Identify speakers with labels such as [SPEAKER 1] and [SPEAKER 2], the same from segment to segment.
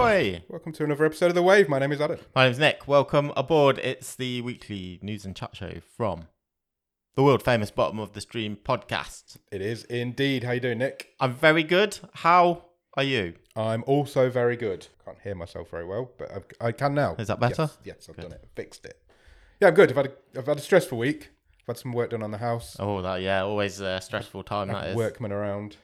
[SPEAKER 1] welcome to another episode of The Wave. My name is Adam.
[SPEAKER 2] My name's Nick. Welcome aboard. It's the weekly news and chat show from the world famous Bottom of the Stream podcast.
[SPEAKER 1] It is indeed. How you doing, Nick?
[SPEAKER 2] I'm very good. How are you?
[SPEAKER 1] I'm also very good. Can't hear myself very well, but I, I can now.
[SPEAKER 2] Is that better?
[SPEAKER 1] Yes, yes, I've done it. Fixed it. Yeah, I'm good. I've had a, I've had a stressful week. I've had some work done on the house.
[SPEAKER 2] Oh, that yeah, always a stressful time that is.
[SPEAKER 1] Workmen around.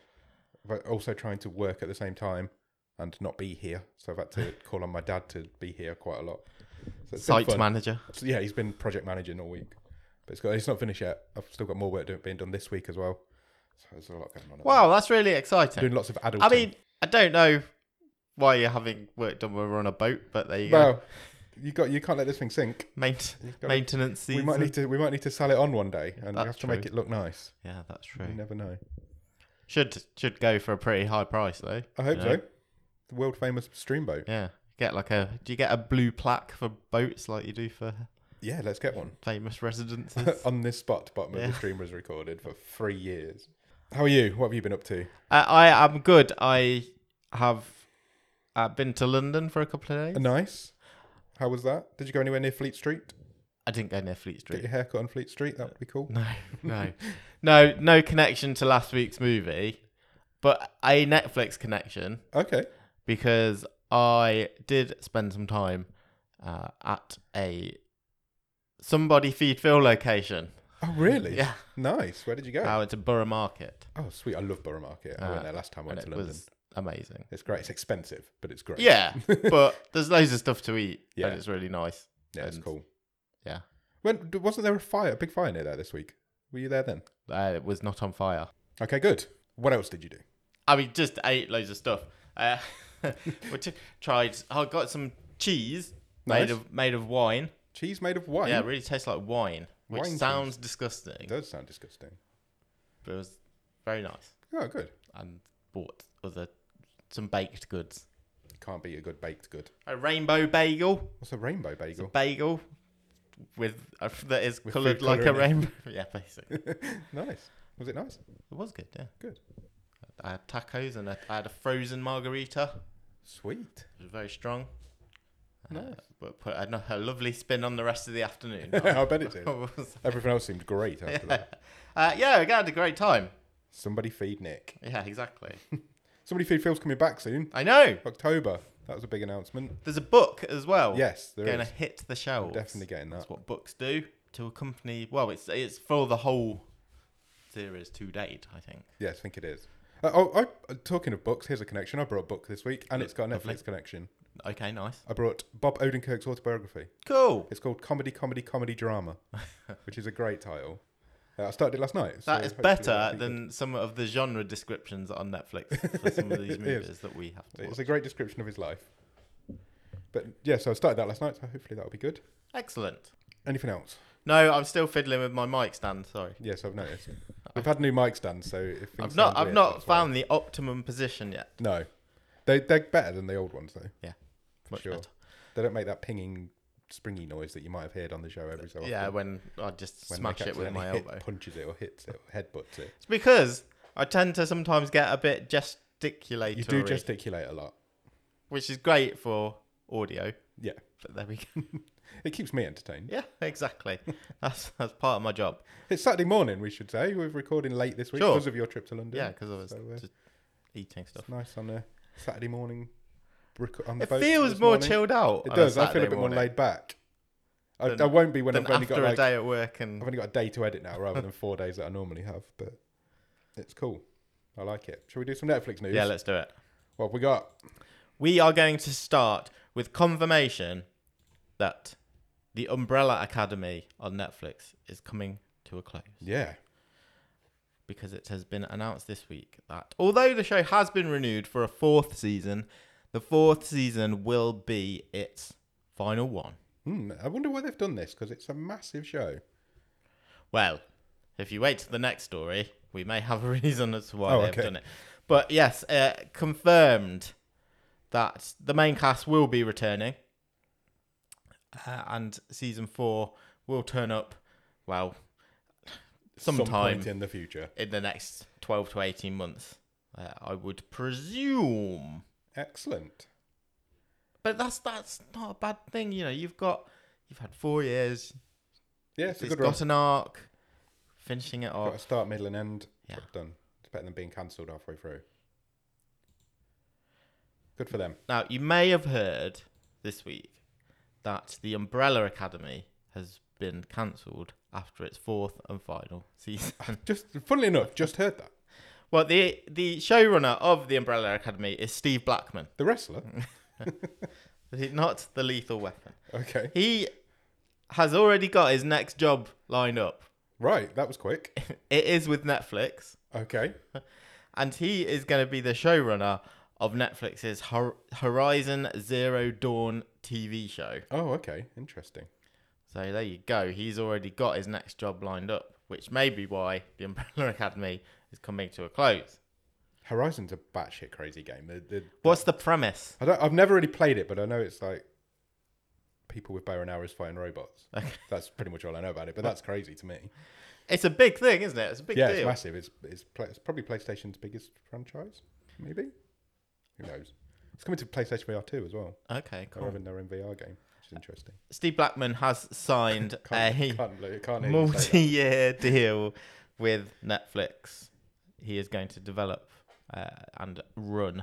[SPEAKER 1] But also trying to work at the same time and not be here. So I've had to call on my dad to be here quite a lot. So it's been
[SPEAKER 2] Site
[SPEAKER 1] fun.
[SPEAKER 2] manager.
[SPEAKER 1] So yeah, he's been project managing all week, but it's got it's not finished yet. I've still got more work do- being done this week as well. So there's a lot going on. at the moment.
[SPEAKER 2] Wow, that's really exciting.
[SPEAKER 1] doing lots of adulting.
[SPEAKER 2] I mean, I don't know why you're having work done when we're on a boat, but there you go.
[SPEAKER 1] well, you got you can't let this thing sink.
[SPEAKER 2] Maint-
[SPEAKER 1] got-
[SPEAKER 2] maintenance
[SPEAKER 1] We
[SPEAKER 2] season.
[SPEAKER 1] might need to we might need to sell it on one day, and we
[SPEAKER 2] that's
[SPEAKER 1] have to
[SPEAKER 2] true.
[SPEAKER 1] make it look nice.
[SPEAKER 2] yeah, that's true.
[SPEAKER 1] You never know.
[SPEAKER 2] Should should go for a pretty high price though.
[SPEAKER 1] I hope
[SPEAKER 2] you know?
[SPEAKER 1] so. The world famous stream boat.
[SPEAKER 2] Yeah. Get like a do you get a blue plaque for boats like you do for
[SPEAKER 1] Yeah, let's get one
[SPEAKER 2] famous residences? Uh,
[SPEAKER 1] on this spot. Bottom of
[SPEAKER 2] Yeah.
[SPEAKER 1] the stream was recorded for three years. How are you? What have you been up to?
[SPEAKER 2] I, I am good. I have uh, been to London for a couple of days.
[SPEAKER 1] Nice. How was that? Did you go anywhere near Fleet Street?
[SPEAKER 2] I didn't go near Fleet
[SPEAKER 1] Get
[SPEAKER 2] Street.
[SPEAKER 1] your haircut on Fleet Street. That would be cool.
[SPEAKER 2] No, no, no, no connection to last week's movie, but a Netflix connection
[SPEAKER 1] Okay.
[SPEAKER 2] because I did spend some time uh, at a somebody feed Phil location.
[SPEAKER 1] Oh, really?
[SPEAKER 2] Yeah,
[SPEAKER 1] Nice. Where did you go?
[SPEAKER 2] I went to Borough Market,
[SPEAKER 1] oh, sweet. I love Borough Market. I
[SPEAKER 2] Uh,
[SPEAKER 1] went there last time I
[SPEAKER 2] and
[SPEAKER 1] went to
[SPEAKER 2] it
[SPEAKER 1] London.
[SPEAKER 2] was amazing.
[SPEAKER 1] It's great. It's expensive, but it's great.
[SPEAKER 2] Yeah, but there's loads of stuff to eat,
[SPEAKER 1] Yeah.
[SPEAKER 2] and it's really nice.
[SPEAKER 1] Yeah, it's
[SPEAKER 2] and-
[SPEAKER 1] cool.
[SPEAKER 2] Yeah,
[SPEAKER 1] When d- wasn't there a fire, a big fire near there this week? Were you there then?
[SPEAKER 2] uh, it was not on fire.
[SPEAKER 1] Okay, good. What else did you do?
[SPEAKER 2] I mean, just ate loads of stuff. Uh, we t- tried. I got some cheese
[SPEAKER 1] Nice.
[SPEAKER 2] made of made of wine.
[SPEAKER 1] Cheese made of wine.
[SPEAKER 2] Yeah, it really tastes like wine, which
[SPEAKER 1] Wine cheese.
[SPEAKER 2] sounds
[SPEAKER 1] It
[SPEAKER 2] disgusting,
[SPEAKER 1] does sound disgusting.
[SPEAKER 2] but it was very nice.
[SPEAKER 1] Oh, good.
[SPEAKER 2] And bought other some baked goods.
[SPEAKER 1] Can't be a good baked good.
[SPEAKER 2] A rainbow bagel,
[SPEAKER 1] What's a rainbow bagel?
[SPEAKER 2] bagel with uh, that is
[SPEAKER 1] With food
[SPEAKER 2] coloured like a
[SPEAKER 1] colouring
[SPEAKER 2] rainbow. yeah, basically, it
[SPEAKER 1] nice. Was it nice?
[SPEAKER 2] was good. Yeah,
[SPEAKER 1] Good.
[SPEAKER 2] I had tacos and I I had a frozen margarita.
[SPEAKER 1] Sweet.
[SPEAKER 2] It was very strong. Uh,
[SPEAKER 1] Nice.
[SPEAKER 2] but put a, a lovely spin on the rest of the afternoon.
[SPEAKER 1] I bet it did.
[SPEAKER 2] Was-
[SPEAKER 1] Everything else seemed great after
[SPEAKER 2] yeah.
[SPEAKER 1] that.
[SPEAKER 2] Uh, yeah, we had a great time.
[SPEAKER 1] Somebody feed Nick.
[SPEAKER 2] Yeah, exactly.
[SPEAKER 1] Somebody feed Phil's coming back soon.
[SPEAKER 2] I know.
[SPEAKER 1] October. That was a big announcement.
[SPEAKER 2] There's a book as well.
[SPEAKER 1] Yes, there is.
[SPEAKER 2] going to hit the shelves.
[SPEAKER 1] Definitely getting that.
[SPEAKER 2] That's what books do to accompany. Well, it's it's for the whole series to date. I think.
[SPEAKER 1] Yes, I think it is. Uh, oh, I, uh, talking of books, here's a connection. I brought a book this week, and it's got a Netflix
[SPEAKER 2] Lovely.
[SPEAKER 1] connection.
[SPEAKER 2] Okay, nice.
[SPEAKER 1] I brought Bob Odenkirk's autobiography.
[SPEAKER 2] Cool.
[SPEAKER 1] It's called Comedy, Comedy, Comedy Drama, which is a great title. Uh, I started it last night. so
[SPEAKER 2] That is
[SPEAKER 1] hopefully
[SPEAKER 2] better
[SPEAKER 1] that'll be good.
[SPEAKER 2] than some of the genre descriptions on Netflix for some of these
[SPEAKER 1] It is.
[SPEAKER 2] movies that we have to watch.
[SPEAKER 1] It's a great description of his life. But yeah, so I started that last night, so hopefully that'll be good.
[SPEAKER 2] Excellent.
[SPEAKER 1] Anything else?
[SPEAKER 2] No, I'm still fiddling with my mic stand. Sorry.
[SPEAKER 1] Yes, I've noticed. We've had new mic stands, so if things
[SPEAKER 2] I've not.
[SPEAKER 1] sound
[SPEAKER 2] I've
[SPEAKER 1] weird,
[SPEAKER 2] not
[SPEAKER 1] that's why.
[SPEAKER 2] found the optimum position yet.
[SPEAKER 1] No, they they're better than the old ones though.
[SPEAKER 2] Yeah,
[SPEAKER 1] for
[SPEAKER 2] much
[SPEAKER 1] sure.
[SPEAKER 2] better.
[SPEAKER 1] They don't make that pinging, springy noise that you might have heard on the show every so often.
[SPEAKER 2] Yeah, when I just
[SPEAKER 1] when
[SPEAKER 2] smash
[SPEAKER 1] Nick
[SPEAKER 2] it with my
[SPEAKER 1] accidentally hit-
[SPEAKER 2] elbow.
[SPEAKER 1] punches it or hits it or headbutts it.
[SPEAKER 2] It's because I tend to sometimes get a bit gesticulatory,
[SPEAKER 1] You do gesticulate a lot.
[SPEAKER 2] which is great for audio.
[SPEAKER 1] Yeah,
[SPEAKER 2] But there we go.
[SPEAKER 1] it keeps me entertained.
[SPEAKER 2] yeah, exactly. That's that's part of my job.
[SPEAKER 1] It's Saturday morning, we should say. We're recording late this week
[SPEAKER 2] Sure.
[SPEAKER 1] because of your trip to London.
[SPEAKER 2] Yeah, because I was
[SPEAKER 1] So, uh,
[SPEAKER 2] just eating stuff.
[SPEAKER 1] it's nice on a Saturday morning. rec- On the
[SPEAKER 2] It
[SPEAKER 1] boat
[SPEAKER 2] feels
[SPEAKER 1] this
[SPEAKER 2] more
[SPEAKER 1] morning.
[SPEAKER 2] chilled out.
[SPEAKER 1] It
[SPEAKER 2] on a
[SPEAKER 1] does. I feel a
[SPEAKER 2] Saturday
[SPEAKER 1] bit
[SPEAKER 2] morning
[SPEAKER 1] more laid back. I,
[SPEAKER 2] Than-
[SPEAKER 1] I won't be when
[SPEAKER 2] than
[SPEAKER 1] I've only
[SPEAKER 2] after
[SPEAKER 1] got
[SPEAKER 2] a
[SPEAKER 1] like
[SPEAKER 2] day at work
[SPEAKER 1] I've
[SPEAKER 2] and
[SPEAKER 1] only got a day to edit now rather than four days that I normally have, but it's cool. I like it. Shall we do some Netflix news?
[SPEAKER 2] yeah, let's do it.
[SPEAKER 1] What have we got?
[SPEAKER 2] We are going to start with confirmation that the Umbrella Academy on Netflix is coming to a close.
[SPEAKER 1] Yeah.
[SPEAKER 2] because it has been announced this week that although the show has been renewed for a fourth season, the fourth season will be its final one.
[SPEAKER 1] Hmm, I wonder why they've done this because it's a massive show.
[SPEAKER 2] Well, if you wait till the next story, we may have a reason as to why
[SPEAKER 1] Oh,
[SPEAKER 2] they've
[SPEAKER 1] okay.
[SPEAKER 2] done it. But yes, uh, confirmed that the main cast will be returning, uh, and season four will turn up. Well,
[SPEAKER 1] Some
[SPEAKER 2] sometime
[SPEAKER 1] point in the future.
[SPEAKER 2] in the next twelve to eighteen months, uh, I would presume.
[SPEAKER 1] Excellent.
[SPEAKER 2] But that's that's not a bad thing, you know. You've got you've had four years.
[SPEAKER 1] Yeah, it's
[SPEAKER 2] It's,
[SPEAKER 1] a good run.
[SPEAKER 2] got an arc. Finishing it
[SPEAKER 1] Got
[SPEAKER 2] off.
[SPEAKER 1] a start, middle, and end.
[SPEAKER 2] Yeah.
[SPEAKER 1] Job done. It's better than being cancelled halfway through. Good for them.
[SPEAKER 2] Now you may have heard this week that the Umbrella Academy has been cancelled after its fourth and final season.
[SPEAKER 1] Just funnily enough, just heard that
[SPEAKER 2] well, the the showrunner of the Umbrella Academy is Steve Blackman,
[SPEAKER 1] the wrestler.
[SPEAKER 2] not the Lethal Weapon.
[SPEAKER 1] Okay,
[SPEAKER 2] He has already got his next job lined up.
[SPEAKER 1] right, that was quick.
[SPEAKER 2] It is with Netflix,
[SPEAKER 1] Okay,
[SPEAKER 2] and he is going to be the showrunner of Netflix's Hor- Horizon Zero Dawn TV show.
[SPEAKER 1] oh, okay, interesting.
[SPEAKER 2] So there you go. He's already got his next job lined up, which may be why the Umbrella Academy is coming to a close.
[SPEAKER 1] Horizon's a batshit crazy game. The, the,
[SPEAKER 2] What's the premise?
[SPEAKER 1] I don't, I've never really played it, but I know it's like people with bow and arrows fighting robots. That's pretty much all I know about it. But that's crazy to me.
[SPEAKER 2] It's a big thing, isn't it? It's a big
[SPEAKER 1] yeah, it's
[SPEAKER 2] deal.
[SPEAKER 1] massive. It's it's, pla it's probably PlayStation's biggest franchise, maybe. Who knows? It's coming to PlayStation VR two as well.
[SPEAKER 2] okay,
[SPEAKER 1] They're
[SPEAKER 2] cool.
[SPEAKER 1] having their own VR game, which is interesting.
[SPEAKER 2] Steve Blackman has signed
[SPEAKER 1] Can't,
[SPEAKER 2] a
[SPEAKER 1] can't, lo- can't hear you say that.
[SPEAKER 2] multi-year deal with Netflix. He is going to develop uh, and run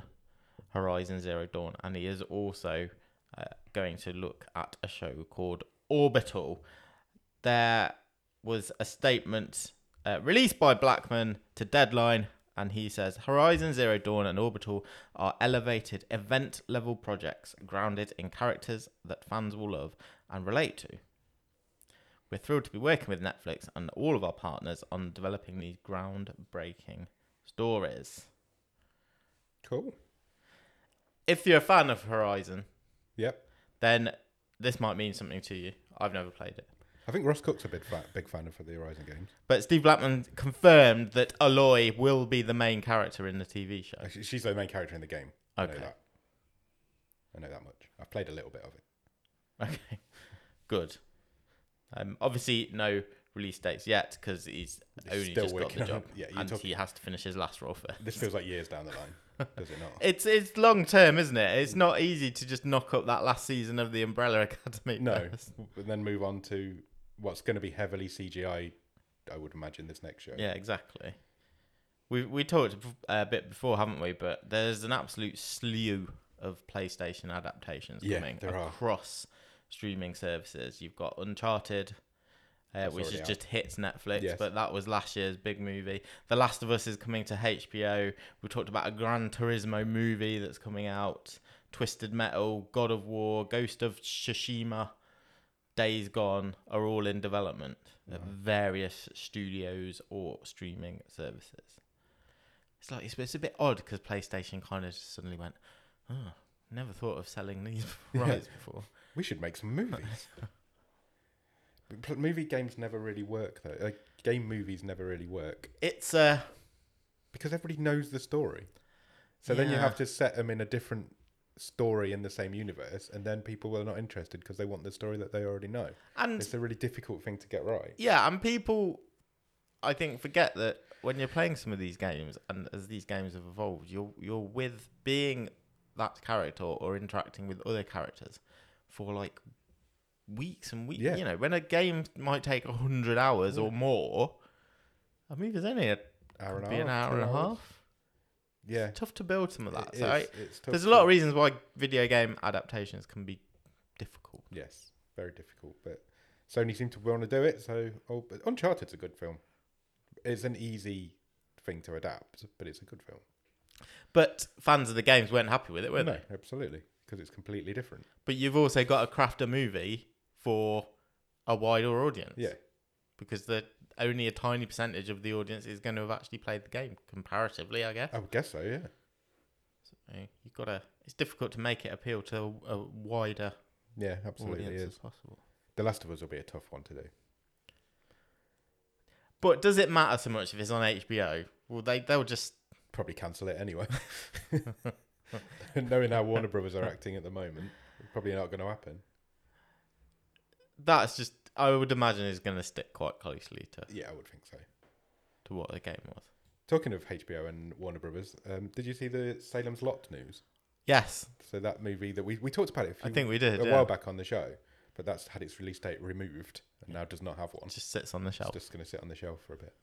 [SPEAKER 2] Horizon Zero Dawn, and he is also uh, going to look at a show called Orbital. There was a statement uh, released by Blackman to Deadline, and he says Horizon Zero Dawn and Orbital are elevated event level projects grounded in characters that fans will love and relate to. We're thrilled to be working with Netflix and all of our partners on developing these groundbreaking stories.
[SPEAKER 1] Cool.
[SPEAKER 2] If you're a fan of Horizon,
[SPEAKER 1] Yep.
[SPEAKER 2] then this might mean something to you. I've never played it.
[SPEAKER 1] I think Ross Cook's a big fan, big fan of the Horizon games.
[SPEAKER 2] But Steve Blackman confirmed that Aloy will be the main character in the TV show.
[SPEAKER 1] Actually, She's the main character in the game. I know
[SPEAKER 2] Okay.
[SPEAKER 1] that. I know that much. I've played a little bit of it.
[SPEAKER 2] Okay, good. Um, obviously, no release dates yet because he's,
[SPEAKER 1] He's
[SPEAKER 2] only
[SPEAKER 1] still
[SPEAKER 2] just got
[SPEAKER 1] working
[SPEAKER 2] the
[SPEAKER 1] on
[SPEAKER 2] job,
[SPEAKER 1] it. Yeah, you're
[SPEAKER 2] and
[SPEAKER 1] talking-
[SPEAKER 2] he has to finish his last role first.
[SPEAKER 1] This feels like years down the line, does it not?
[SPEAKER 2] It's it's long term, isn't it? It's not easy to just knock up that last season of the Umbrella Academy.
[SPEAKER 1] No.
[SPEAKER 2] first.
[SPEAKER 1] But then move on to what's going to be heavily CGI. I would imagine this next show.
[SPEAKER 2] Yeah, exactly. We we talked a bit before, haven't we? But there's an absolute slew of PlayStation adaptations
[SPEAKER 1] Yeah,
[SPEAKER 2] coming
[SPEAKER 1] there are.
[SPEAKER 2] across streaming services. You've got Uncharted, uh,
[SPEAKER 1] That's
[SPEAKER 2] which is
[SPEAKER 1] already out.
[SPEAKER 2] just hits Netflix,
[SPEAKER 1] Yes.
[SPEAKER 2] but that was last year's big movie. The Last of Us is coming to HBO. We talked about a Gran Turismo movie that's coming out. Twisted Metal, God of War, Ghost of Tsushima, Days Gone are all in development at various studios or streaming services. It's like it's, it's a bit odd because PlayStation kind of just suddenly went, oh, never thought of selling these
[SPEAKER 1] Yeah.
[SPEAKER 2] rights before.
[SPEAKER 1] We should make some movies. But pl- movie games never really work though. Like, game movies never really work
[SPEAKER 2] It's uh,
[SPEAKER 1] because everybody knows the story. So then you
[SPEAKER 2] Yeah.
[SPEAKER 1] have to set them in a different story in the same universe, and then people are not interested because they want the story that they already know.
[SPEAKER 2] and
[SPEAKER 1] It's a really difficult thing to get right.
[SPEAKER 2] yeah, and people, I think, forget that when you're playing some of these games, and as these games have evolved, you're you're with being that character or interacting with other characters for like weeks and weeks.
[SPEAKER 1] Yeah.
[SPEAKER 2] You know, when a game might take hundred hours or more, I mean, there's only a,
[SPEAKER 1] Hour and a
[SPEAKER 2] be
[SPEAKER 1] half,
[SPEAKER 2] an hour
[SPEAKER 1] two
[SPEAKER 2] and a
[SPEAKER 1] hours.
[SPEAKER 2] half.
[SPEAKER 1] Yeah,
[SPEAKER 2] Tough to build some of that.
[SPEAKER 1] It
[SPEAKER 2] so
[SPEAKER 1] is.
[SPEAKER 2] I-
[SPEAKER 1] It's tough
[SPEAKER 2] there's a
[SPEAKER 1] to-
[SPEAKER 2] lot of reasons why video game adaptations can be difficult.
[SPEAKER 1] Yes, very difficult, but Sony seem to want to do it. So, oh, but Uncharted's a good film. It's an easy thing to adapt, but it's a good film.
[SPEAKER 2] But fans of the games weren't happy with it, were
[SPEAKER 1] no,
[SPEAKER 2] they?
[SPEAKER 1] absolutely, because it's completely different.
[SPEAKER 2] But you've also got to craft a movie for a wider audience.
[SPEAKER 1] Yeah,
[SPEAKER 2] Because the only a tiny percentage of the audience is going to have actually played the game comparatively, I guess.
[SPEAKER 1] I would guess so. Yeah,
[SPEAKER 2] So You've got to. It's difficult to make it appeal to a wider
[SPEAKER 1] yeah, absolutely
[SPEAKER 2] audience
[SPEAKER 1] is.
[SPEAKER 2] as possible.
[SPEAKER 1] The Last of Us will be a tough one to do.
[SPEAKER 2] But does it matter so much if it's on HBO? Well, they they'll just
[SPEAKER 1] Probably cancel it anyway. Knowing how Warner Brothers are acting at the moment, probably not going to happen.
[SPEAKER 2] that's just. I would imagine is going to stick quite closely to,
[SPEAKER 1] Yeah, I would think so.
[SPEAKER 2] to what the game was.
[SPEAKER 1] Talking of HBO and Warner Brothers, um, did you see the Salem's Lot news?
[SPEAKER 2] Yes,
[SPEAKER 1] So that movie that we, we talked about it a,
[SPEAKER 2] I
[SPEAKER 1] few,
[SPEAKER 2] think we did.
[SPEAKER 1] a
[SPEAKER 2] yeah.
[SPEAKER 1] while back on the show, but that's had its release date removed and now does not have one.
[SPEAKER 2] It just sits on the
[SPEAKER 1] It's
[SPEAKER 2] shelf.
[SPEAKER 1] just going to sit on the shelf for a bit.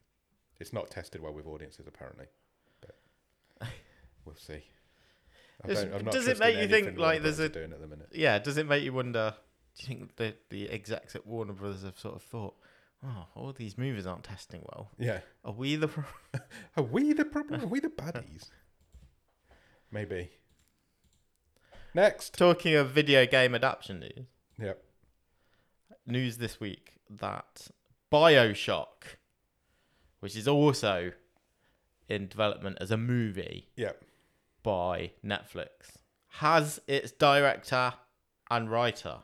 [SPEAKER 1] It's not tested well with audiences, apparently. But we'll see. I
[SPEAKER 2] It's-
[SPEAKER 1] don't, I'm not
[SPEAKER 2] does it
[SPEAKER 1] trusting
[SPEAKER 2] make you think,
[SPEAKER 1] anything
[SPEAKER 2] like,
[SPEAKER 1] Warner
[SPEAKER 2] there's
[SPEAKER 1] Bros. are
[SPEAKER 2] a-
[SPEAKER 1] doing at the minute?
[SPEAKER 2] Yeah, does it make you wonder? Do you think the the execs at Warner Brothers have sort of thought, oh, all these movies aren't testing well.
[SPEAKER 1] Yeah,
[SPEAKER 2] Are we the pro-
[SPEAKER 1] are we the problem? Are we the baddies? Maybe. Next,
[SPEAKER 2] talking of video game adaptation news?
[SPEAKER 1] Yep.
[SPEAKER 2] News this week that BioShock, which is also in development as a movie
[SPEAKER 1] Yep.
[SPEAKER 2] by Netflix, has its director and writer.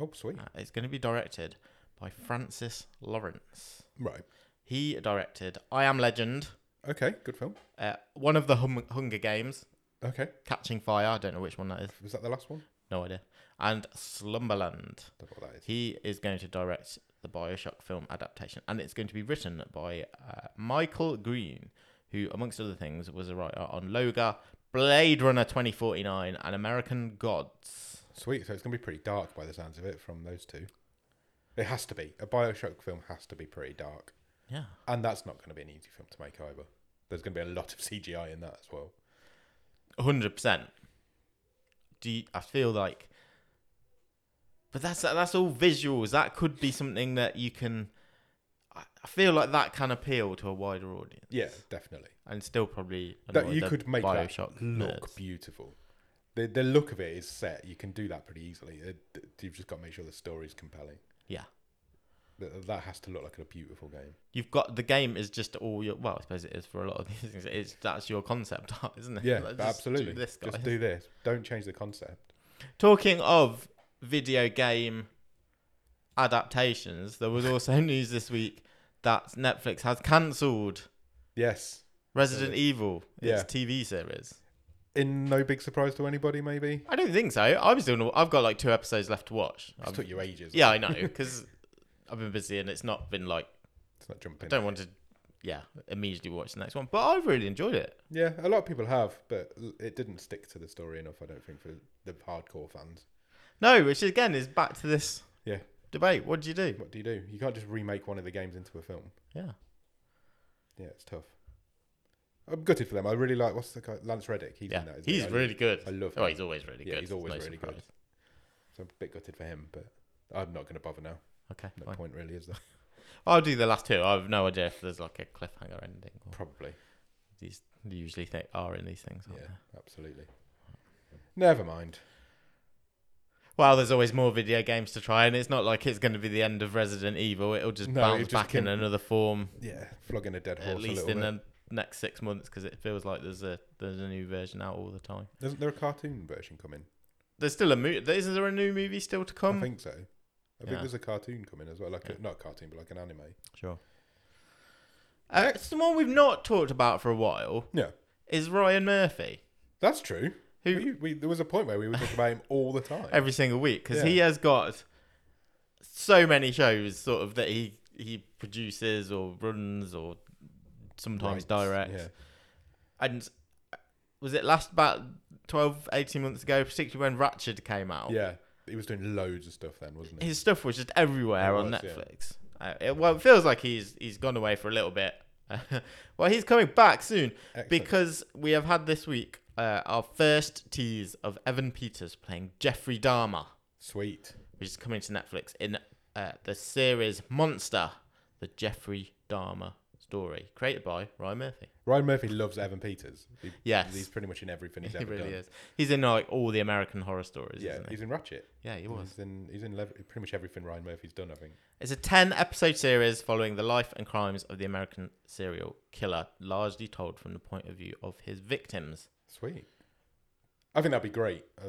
[SPEAKER 1] oh sweet,
[SPEAKER 2] Uh, It's going to be directed by Francis Lawrence.
[SPEAKER 1] right,
[SPEAKER 2] He directed I Am Legend,
[SPEAKER 1] okay, good film.
[SPEAKER 2] uh, one of the hum- Hunger Games,
[SPEAKER 1] Okay,
[SPEAKER 2] Catching Fire. I don't know which one that is.
[SPEAKER 1] was that the last one?
[SPEAKER 2] No idea. And Slumberland.
[SPEAKER 1] Don't know what that is.
[SPEAKER 2] He is going to direct the Bioshock film adaptation, and it's going to be written by uh, Michael Green, who, amongst other things, was a writer on Loga, Blade Runner 2049, and American Gods.
[SPEAKER 1] Sweet. So it's gonna be pretty dark by the sounds of it from those two. It has to be a Bioshock film. Has to be pretty dark.
[SPEAKER 2] Yeah.
[SPEAKER 1] And that's not going to be an easy film to make either. There's going to be a lot of CGI in that as well.
[SPEAKER 2] 100%. Do you, I feel like. But that's that's all visuals. That could be something that you can. I I feel like that can appeal to a wider audience.
[SPEAKER 1] Yeah, definitely.
[SPEAKER 2] and still probably
[SPEAKER 1] That
[SPEAKER 2] annoy
[SPEAKER 1] you
[SPEAKER 2] the
[SPEAKER 1] could make that
[SPEAKER 2] Bioshock
[SPEAKER 1] look
[SPEAKER 2] nerds.
[SPEAKER 1] beautiful. The the look of it is set. You can do that pretty easily. It- you've just got to make sure the story's compelling.
[SPEAKER 2] Yeah.
[SPEAKER 1] That, that has to look like a beautiful game.
[SPEAKER 2] You've got the game is just all your. Well, I suppose it is for a lot of these things. It's that's your concept art, isn't it?
[SPEAKER 1] Yeah,
[SPEAKER 2] Like, just
[SPEAKER 1] absolutely.
[SPEAKER 2] do this guy.
[SPEAKER 1] Just do this. Don't change the concept.
[SPEAKER 2] Talking of video game adaptations, there was also news this week that Netflix has cancelled
[SPEAKER 1] Yes.
[SPEAKER 2] Resident Evil, its
[SPEAKER 1] Yeah.
[SPEAKER 2] TV series.
[SPEAKER 1] In no big surprise to anybody, maybe.
[SPEAKER 2] I don't think so. I'm still. I've got like two episodes left to watch.
[SPEAKER 1] It
[SPEAKER 2] I'm-
[SPEAKER 1] took you ages.
[SPEAKER 2] Um, yeah, I know because I've been busy and it's not been like
[SPEAKER 1] It's not jumping.
[SPEAKER 2] I don't want to. Yeah, immediately watch the next one, but I've really enjoyed it.
[SPEAKER 1] Yeah, a lot of people have, but l- it didn't stick to the story enough, I don't think, for the hardcore fans.
[SPEAKER 2] No, which again is back to this
[SPEAKER 1] Yeah.
[SPEAKER 2] debate. What do you do?
[SPEAKER 1] What do you do? You can't just remake one of the games into a film.
[SPEAKER 2] Yeah,
[SPEAKER 1] Yeah, it's tough. I'm gutted for them. I really like what's the guy Lance Reddick. He's
[SPEAKER 2] yeah,
[SPEAKER 1] in that. isn't he?
[SPEAKER 2] he's
[SPEAKER 1] I-
[SPEAKER 2] really good.
[SPEAKER 1] I love.
[SPEAKER 2] Oh,
[SPEAKER 1] him.
[SPEAKER 2] he's always really
[SPEAKER 1] Yeah,
[SPEAKER 2] good.
[SPEAKER 1] he's always
[SPEAKER 2] No
[SPEAKER 1] really good.
[SPEAKER 2] surprise.
[SPEAKER 1] So I'm a bit gutted for him, but I'm not going to bother now.
[SPEAKER 2] Okay,
[SPEAKER 1] No
[SPEAKER 2] fine.
[SPEAKER 1] point really, is there?
[SPEAKER 2] I'll do the last two. I have no idea if there's like a cliffhanger ending. Or
[SPEAKER 1] Probably.
[SPEAKER 2] these usually th- are in these things. aren't
[SPEAKER 1] Yeah,
[SPEAKER 2] there?
[SPEAKER 1] absolutely. Never mind.
[SPEAKER 2] Well, there's always more video games to try, and it's not like it's going to be the end of Resident Evil. It'll just
[SPEAKER 1] No,
[SPEAKER 2] bounce
[SPEAKER 1] it just
[SPEAKER 2] back in
[SPEAKER 1] can-
[SPEAKER 2] another form,
[SPEAKER 1] Yeah, flogging a dead horse
[SPEAKER 2] at
[SPEAKER 1] a
[SPEAKER 2] least
[SPEAKER 1] little
[SPEAKER 2] in
[SPEAKER 1] bit.
[SPEAKER 2] the next six months, because it feels like there's a there's a new version out all the time.
[SPEAKER 1] Isn't there a cartoon version coming?
[SPEAKER 2] There's still a movie. Is there a new movie still to come?
[SPEAKER 1] I think so. I think
[SPEAKER 2] Um, yeah.
[SPEAKER 1] there's a cartoon coming as well, like
[SPEAKER 2] Yeah.
[SPEAKER 1] a, not a cartoon, but like an anime.
[SPEAKER 2] Sure. Uh, someone we've not talked about for a while
[SPEAKER 1] Yeah,
[SPEAKER 2] is Ryan Murphy,
[SPEAKER 1] that's true.
[SPEAKER 2] who
[SPEAKER 1] We, we, there was a point where we were talking about him all the time.
[SPEAKER 2] every single week because he
[SPEAKER 1] Yeah.
[SPEAKER 2] has got so many shows sort of that he he produces or runs or sometimes
[SPEAKER 1] Right,
[SPEAKER 2] directs.
[SPEAKER 1] yeah.
[SPEAKER 2] And was it last about 12, 18 months ago, particularly when Ratchet came out?
[SPEAKER 1] Yeah, he was doing loads of stuff then, wasn't he?
[SPEAKER 2] his stuff was just everywhere
[SPEAKER 1] It
[SPEAKER 2] on
[SPEAKER 1] was, yeah.
[SPEAKER 2] Netflix. Uh, it, well, it feels like he's he's gone away for a little bit. well, he's coming back soon
[SPEAKER 1] Excellent.
[SPEAKER 2] because we have had this week uh, our first tease of Evan Peters playing Jeffrey Dahmer,
[SPEAKER 1] Sweet.
[SPEAKER 2] which is coming to Netflix in uh, the series Monster: The Jeffrey Dahmer Story, created by Ryan Murphy.
[SPEAKER 1] Ryan Murphy loves Evan Peters. He,
[SPEAKER 2] Yes.
[SPEAKER 1] he's pretty much in everything he's
[SPEAKER 2] He
[SPEAKER 1] ever
[SPEAKER 2] really
[SPEAKER 1] done.
[SPEAKER 2] is. He's in like all the American horror stories,
[SPEAKER 1] Yeah,
[SPEAKER 2] isn't he?
[SPEAKER 1] he's Mm. in Ratchet.
[SPEAKER 2] Yeah, he was.
[SPEAKER 1] He's in he's in lev- pretty much everything Ryan Murphy's done. I think.
[SPEAKER 2] It's a 10 episode series following the life and crimes of the American serial killer, largely told from the point of view of his victims.
[SPEAKER 1] Sweet. I think that'd be great. Uh,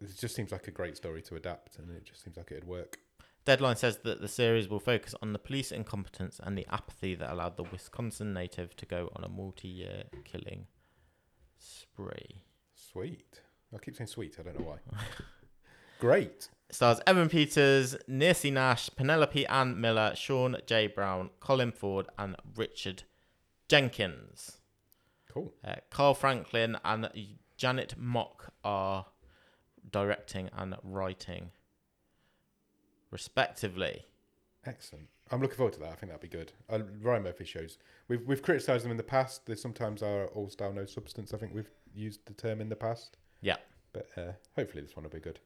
[SPEAKER 1] it just seems like a great story to adapt, and it just seems like it'd work.
[SPEAKER 2] Deadline says that the series will focus on the police incompetence and the apathy that allowed the Wisconsin native to go on a multi year killing spree.
[SPEAKER 1] Sweet. I keep saying sweet. I don't know why. great.
[SPEAKER 2] It stars Evan Peters, Nancy Nash, Penelope Ann Miller, Sean J. Brown, Colin Ford, and Richard Jenkins.
[SPEAKER 1] Cool.
[SPEAKER 2] Uh, Carl Franklin and Janet Mock are directing and writing, respectively.
[SPEAKER 1] Excellent. I'm looking forward to that. I think that'd be good. Uh, Ryan Murphy shows. We've we've criticised them in the past. They sometimes are all style, no substance. I think we've used the term in the past.
[SPEAKER 2] Yeah.
[SPEAKER 1] But uh, hopefully this one will be good.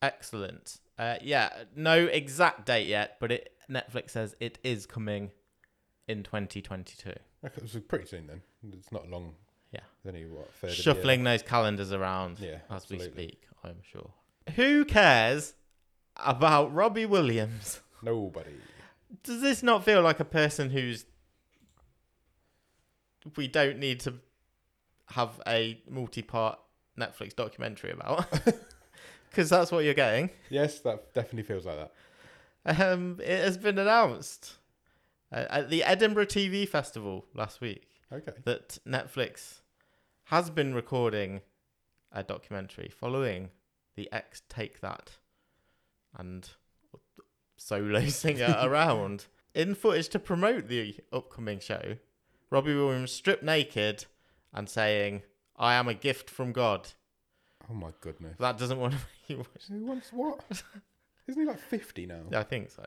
[SPEAKER 2] Excellent. Uh, yeah, no exact date yet, but it Netflix says it is coming in 2022.
[SPEAKER 1] Okay, so pretty soon then. It's not long.
[SPEAKER 2] Yeah.
[SPEAKER 1] It's only what third. of the year
[SPEAKER 2] Shuffling those calendars around
[SPEAKER 1] Yeah,
[SPEAKER 2] as we
[SPEAKER 1] absolutely.
[SPEAKER 2] speak, I'm sure. Who cares about Robbie Williams?
[SPEAKER 1] left. Nobody.
[SPEAKER 2] Does this not feel like a person who's we don't need to have a multi-part Netflix documentary about? Because that's what you're getting.
[SPEAKER 1] Yes, that definitely feels like that.
[SPEAKER 2] Um, it has been announced uh, at the Edinburgh TV Festival last week
[SPEAKER 1] Okay.
[SPEAKER 2] that Netflix has been recording a documentary following the ex Take That and solo singer around. In footage to promote the upcoming show, Robbie Williams stripped naked and saying, I am a gift from God.
[SPEAKER 1] Oh my goodness.
[SPEAKER 2] That doesn't want to make you.
[SPEAKER 1] So he wants what? Isn't he like 50 now?
[SPEAKER 2] I think so.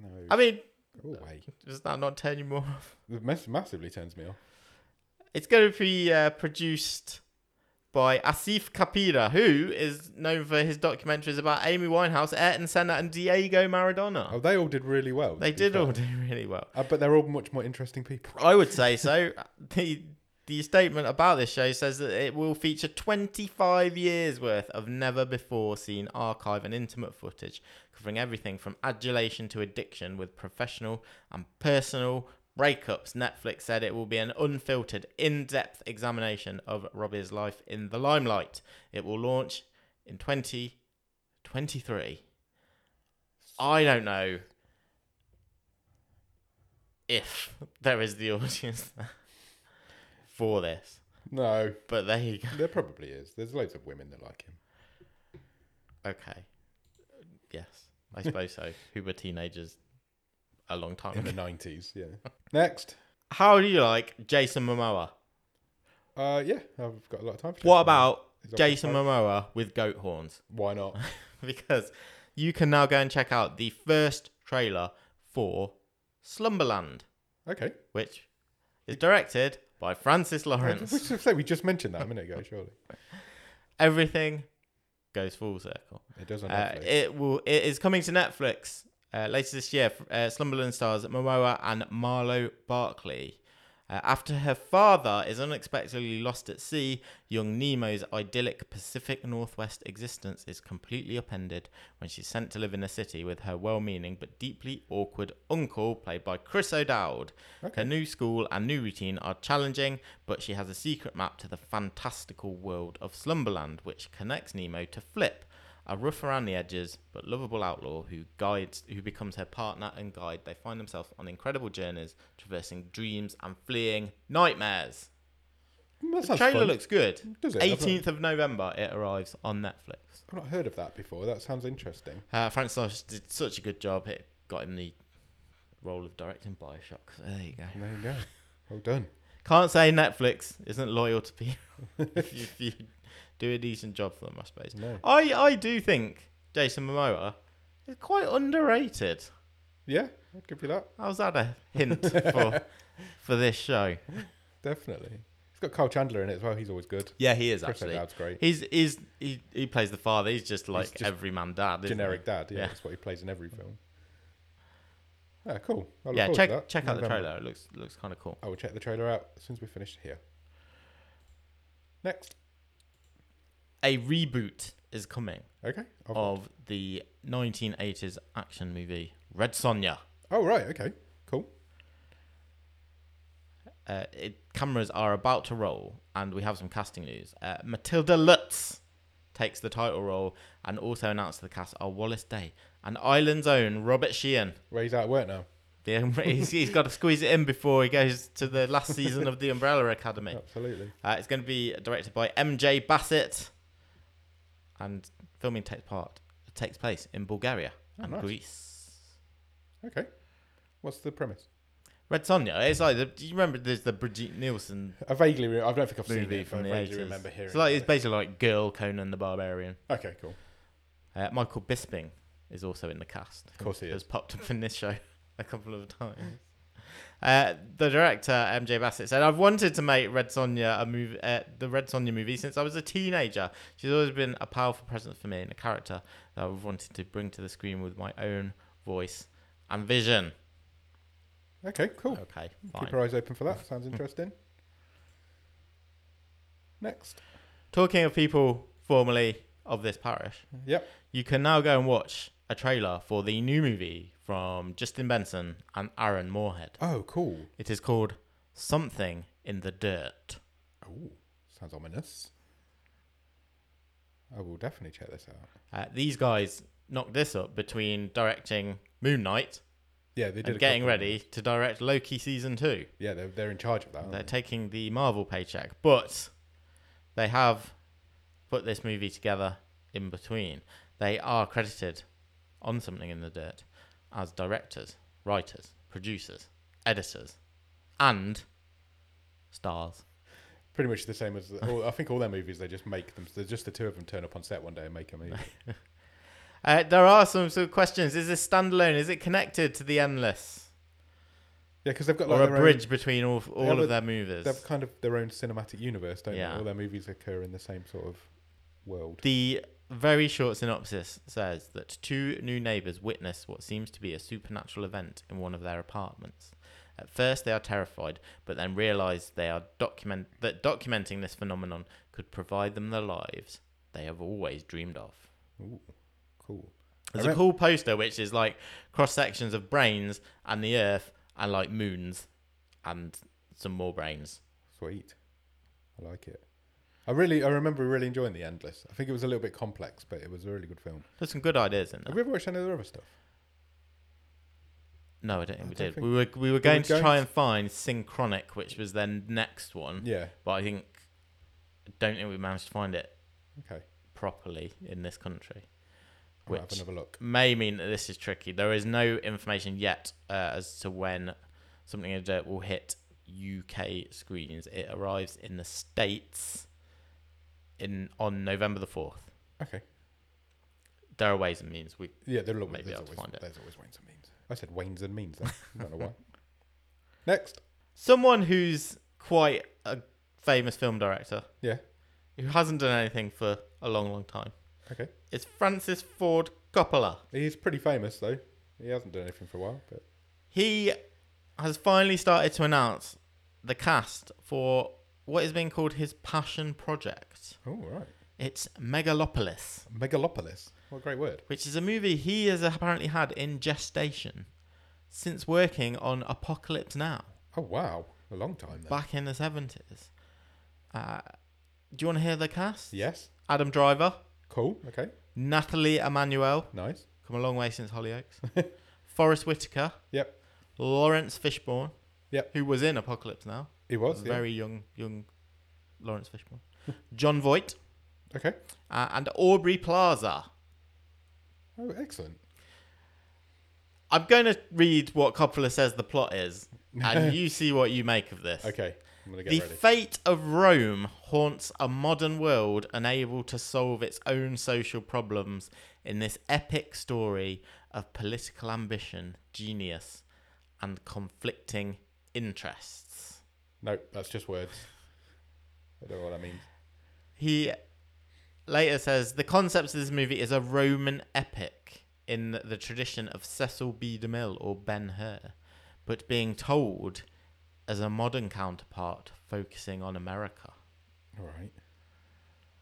[SPEAKER 1] No.
[SPEAKER 2] I mean, uh,
[SPEAKER 1] Go away.
[SPEAKER 2] does that not turn you more off?
[SPEAKER 1] It mass- massively turns me off.
[SPEAKER 2] It's going to be uh, produced by Asif Kapira, who is known for his documentaries about Amy Winehouse, Ayrton Senna, and Diego Maradona.
[SPEAKER 1] Oh, they all did really well.
[SPEAKER 2] they
[SPEAKER 1] to be
[SPEAKER 2] did
[SPEAKER 1] fair.
[SPEAKER 2] all do really well.
[SPEAKER 1] Uh, but they're all much more interesting people.
[SPEAKER 2] I would say so. the The statement about this show says that it will feature 25 years worth of never before seen archive and intimate footage, covering everything from adulation to addiction, with professional and personal breakups. Netflix said it will be an unfiltered, in depth examination of Robbie's life in the limelight. It will launch in 2023. I don't know if there is the audience for this.
[SPEAKER 1] No,
[SPEAKER 2] But there you go.
[SPEAKER 1] there probably is. There's loads of women that like him.
[SPEAKER 2] Okay. Yes, I suppose so. Who were teenagers a long time
[SPEAKER 1] In
[SPEAKER 2] ago.
[SPEAKER 1] the 90s, yeah. Next.
[SPEAKER 2] How do you like Jason Momoa?
[SPEAKER 1] Uh, yeah, I've got a lot of time for
[SPEAKER 2] What
[SPEAKER 1] Jason.
[SPEAKER 2] about
[SPEAKER 1] He's up
[SPEAKER 2] Jason
[SPEAKER 1] for five.
[SPEAKER 2] Momoa with goat horns?
[SPEAKER 1] Why not?
[SPEAKER 2] because you can now go and check out the first trailer for Slumberland,
[SPEAKER 1] Okay.
[SPEAKER 2] which is directed by Francis
[SPEAKER 1] We,
[SPEAKER 2] Lawrence.
[SPEAKER 1] should say, we just mentioned that a minute ago, surely.
[SPEAKER 2] Everything goes full circle.
[SPEAKER 1] It does on
[SPEAKER 2] Uh,
[SPEAKER 1] Netflix.
[SPEAKER 2] it will. It is coming to Netflix uh, later this year. f- Uh, Slumberland stars Momoa and Marlo Barkley. Uh, after her father is unexpectedly lost at sea, young Nemo's idyllic Pacific Northwest existence is completely upended when she's sent to live in a city with her well meaning but deeply awkward uncle, played by Chris O'Dowd. Her new school and new routine are challenging, but she has a secret map to the fantastical world of Slumberland, which connects Nemo to Flip, a rough around the edges but lovable outlaw who guides who becomes her partner and guide. They find themselves on incredible journeys, traversing dreams and fleeing nightmares.
[SPEAKER 1] that
[SPEAKER 2] The
[SPEAKER 1] sounds
[SPEAKER 2] trailer
[SPEAKER 1] fun.
[SPEAKER 2] looks good.
[SPEAKER 1] Does it? I've not-
[SPEAKER 2] 18th of November it arrives on Netflix.
[SPEAKER 1] I've not heard of that before. That sounds interesting.
[SPEAKER 2] Uh, Francis Lawrence did such a good job. It got him the role of directing BioShock. So there you go.
[SPEAKER 1] There you go. Well done.
[SPEAKER 2] Can't say Netflix isn't loyal to people if you do a decent job for them, I suppose.
[SPEAKER 1] No.
[SPEAKER 2] I, I do think Jason Momoa is quite underrated.
[SPEAKER 1] Yeah, I'd give you that.
[SPEAKER 2] How's that a hint for for this show?
[SPEAKER 1] Definitely. It's got Carl Chandler in it as well. He's always good.
[SPEAKER 2] Yeah, he is
[SPEAKER 1] Chris O'Dowd's great.
[SPEAKER 2] He's, he's he, he plays the father. He's just like
[SPEAKER 1] just
[SPEAKER 2] every man dad. isn't he?
[SPEAKER 1] Generic dad. Yeah,
[SPEAKER 2] Yeah.
[SPEAKER 1] that's what he plays in every film. Ah, cool. I'll look
[SPEAKER 2] Yeah,
[SPEAKER 1] forward to
[SPEAKER 2] check
[SPEAKER 1] that.
[SPEAKER 2] check out the
[SPEAKER 1] November.
[SPEAKER 2] trailer. It looks looks kind of cool.
[SPEAKER 1] I will check the trailer out as soon as we finish here. Next.
[SPEAKER 2] A reboot is coming
[SPEAKER 1] Okay. Of- oh.
[SPEAKER 2] of the 1980s action movie Red Sonja.
[SPEAKER 1] Oh, right. Okay. Cool.
[SPEAKER 2] uh, it, cameras are about to roll, and we have some casting news. Uh, Matilda Lutz takes the title role, and also announced to the cast are Wallace Day and Ireland's own Robert Sheehan.
[SPEAKER 1] Well, he's out of work now.
[SPEAKER 2] The, um, he's, he's got to squeeze it in before he goes to the last season of the Umbrella Academy.
[SPEAKER 1] Absolutely.
[SPEAKER 2] Uh, it's going to be directed by MJ Bassett, and filming takes part takes place in Bulgaria
[SPEAKER 1] Oh,
[SPEAKER 2] and
[SPEAKER 1] nice.
[SPEAKER 2] Greece.
[SPEAKER 1] Okay. What's the premise?
[SPEAKER 2] Red Sonja. It's like the, do you remember there's the Brigitte Nielsen
[SPEAKER 1] I vaguely, re- I don't think I've seen
[SPEAKER 2] movie
[SPEAKER 1] it. but
[SPEAKER 2] from
[SPEAKER 1] I
[SPEAKER 2] the
[SPEAKER 1] vaguely
[SPEAKER 2] eighties.
[SPEAKER 1] remember hearing.
[SPEAKER 2] It's like it's
[SPEAKER 1] about
[SPEAKER 2] basically like Girl, Conan the Barbarian.
[SPEAKER 1] it. okay, cool.
[SPEAKER 2] Uh, Michael Bisping is also in the cast.
[SPEAKER 1] Of course he
[SPEAKER 2] has
[SPEAKER 1] is.
[SPEAKER 2] popped up in this show a couple of times. Uh, the director MJ Bassett said, "I've wanted to make Red Sonja a movie, uh, the Red Sonja movie, since I was a teenager. She's always been a powerful presence for me and a character that I've wanted to bring to the screen with my own voice and vision."
[SPEAKER 1] Okay, cool.
[SPEAKER 2] Okay,
[SPEAKER 1] Keep
[SPEAKER 2] Oh, fine.
[SPEAKER 1] our eyes open for that. Sounds interesting. Next.
[SPEAKER 2] Talking of people formerly of this parish,
[SPEAKER 1] Yep.
[SPEAKER 2] You can now go and watch a trailer for the new movie from Justin Benson and Aaron Moorhead.
[SPEAKER 1] Oh, cool.
[SPEAKER 2] It is called Something in the Dirt.
[SPEAKER 1] Oh, sounds ominous. I will definitely check this out.
[SPEAKER 2] Uh, these guys knocked this up between directing Moon Knight
[SPEAKER 1] Yeah, they did.
[SPEAKER 2] and
[SPEAKER 1] a
[SPEAKER 2] getting
[SPEAKER 1] couple.
[SPEAKER 2] ready to direct Loki Season 2.
[SPEAKER 1] Yeah, they're, they're in charge of that. aren't
[SPEAKER 2] They're
[SPEAKER 1] they?
[SPEAKER 2] taking the Marvel paycheck, but they have put this movie together in between. They are credited on Something in the Dirt as directors, writers, producers, editors, and stars.
[SPEAKER 1] Pretty much the same as all, I think all their movies. They just make them. They're just the two of them turn up on set one day and make a movie.
[SPEAKER 2] Uh, there are some sort of questions. Is this standalone? Is it connected to the Endless?
[SPEAKER 1] yeah, because they've got like
[SPEAKER 2] Or
[SPEAKER 1] their
[SPEAKER 2] a
[SPEAKER 1] own-
[SPEAKER 2] bridge between all, all
[SPEAKER 1] have a-
[SPEAKER 2] of their movies?
[SPEAKER 1] they've kind of their own cinematic universe, don't
[SPEAKER 2] Yeah.
[SPEAKER 1] they? All their movies occur in the same sort of world.
[SPEAKER 2] The very short synopsis says that two new neighbors witness what seems to be a supernatural event in one of their apartments. At first, they are terrified, but then realize they are document that documenting this phenomenon could provide them the lives they have always dreamed of.
[SPEAKER 1] Ooh, cool. I
[SPEAKER 2] There's a
[SPEAKER 1] rem-
[SPEAKER 2] cool poster which is like cross sections of brains and the Earth and like moons and some more brains.
[SPEAKER 1] Sweet. I like it. I really, I remember really enjoying The Endless. I think it was a little bit complex, but it was a really good film.
[SPEAKER 2] There's some good ideas in there.
[SPEAKER 1] Have we ever watched any of their other stuff?
[SPEAKER 2] No, I don't think
[SPEAKER 1] I don't
[SPEAKER 2] we did.
[SPEAKER 1] think-
[SPEAKER 2] We were we were going to
[SPEAKER 1] going
[SPEAKER 2] try
[SPEAKER 1] to-
[SPEAKER 2] and find Synchronic, which was their next one,
[SPEAKER 1] Yeah.
[SPEAKER 2] but I think I don't think we managed to find it
[SPEAKER 1] Okay.
[SPEAKER 2] properly in this country,
[SPEAKER 1] I'll have
[SPEAKER 2] Which-
[SPEAKER 1] another look.
[SPEAKER 2] may mean that this is tricky. There is no information yet uh, as to when something in the dirt will hit UK screens. It arrives in the states in on November the fourth.
[SPEAKER 1] Okay.
[SPEAKER 2] There are ways and means. We
[SPEAKER 1] Yeah, there look.
[SPEAKER 2] Maybe
[SPEAKER 1] There's
[SPEAKER 2] I'll have to
[SPEAKER 1] always,
[SPEAKER 2] find it.
[SPEAKER 1] there's always wanes and means. I said wanes and means. Then. I don't know why. Next.
[SPEAKER 2] someone who's quite a famous film director
[SPEAKER 1] Yeah.
[SPEAKER 2] who hasn't done anything for a long, long time.
[SPEAKER 1] Okay.
[SPEAKER 2] It's Francis Ford Coppola.
[SPEAKER 1] He's pretty famous though. He hasn't done anything for a while, but
[SPEAKER 2] He has finally started to announce the cast for what is being called his passion project.
[SPEAKER 1] oh all right.
[SPEAKER 2] It's Megalopolis,
[SPEAKER 1] Megalopolis. What a great word.
[SPEAKER 2] which is a movie he has apparently had in gestation since working on Apocalypse Now
[SPEAKER 1] Oh wow, a long time then.
[SPEAKER 2] back in the 70s. Uh, do you want to hear the cast?
[SPEAKER 1] Yes.
[SPEAKER 2] Adam Driver,
[SPEAKER 1] Cool. Okay.
[SPEAKER 2] Natalie Emanuel,
[SPEAKER 1] Nice.
[SPEAKER 2] come a long way since Hollyoaks, Forrest Whitaker,
[SPEAKER 1] Yep.
[SPEAKER 2] Lawrence Fishburne,
[SPEAKER 1] Yep.
[SPEAKER 2] who was in Apocalypse Now,
[SPEAKER 1] He was. yeah.
[SPEAKER 2] very young, young Lawrence Fishburne, John Voight,
[SPEAKER 1] Okay.
[SPEAKER 2] uh, and Aubrey Plaza.
[SPEAKER 1] Oh, excellent.
[SPEAKER 2] I'm going to read what Coppola says the plot is, and you see what you make of this.
[SPEAKER 1] Okay. I'm gonna get
[SPEAKER 2] The
[SPEAKER 1] ready.
[SPEAKER 2] fate of Rome haunts a modern world unable to solve its own social problems in this epic story of political ambition, genius, and conflicting interests.
[SPEAKER 1] no, that's just words. I don't know what that means.
[SPEAKER 2] He later says the concept of this movie is a Roman epic in the tradition of Cecil B. DeMille or Ben Hur, but being told as a modern counterpart focusing on America.
[SPEAKER 1] All right.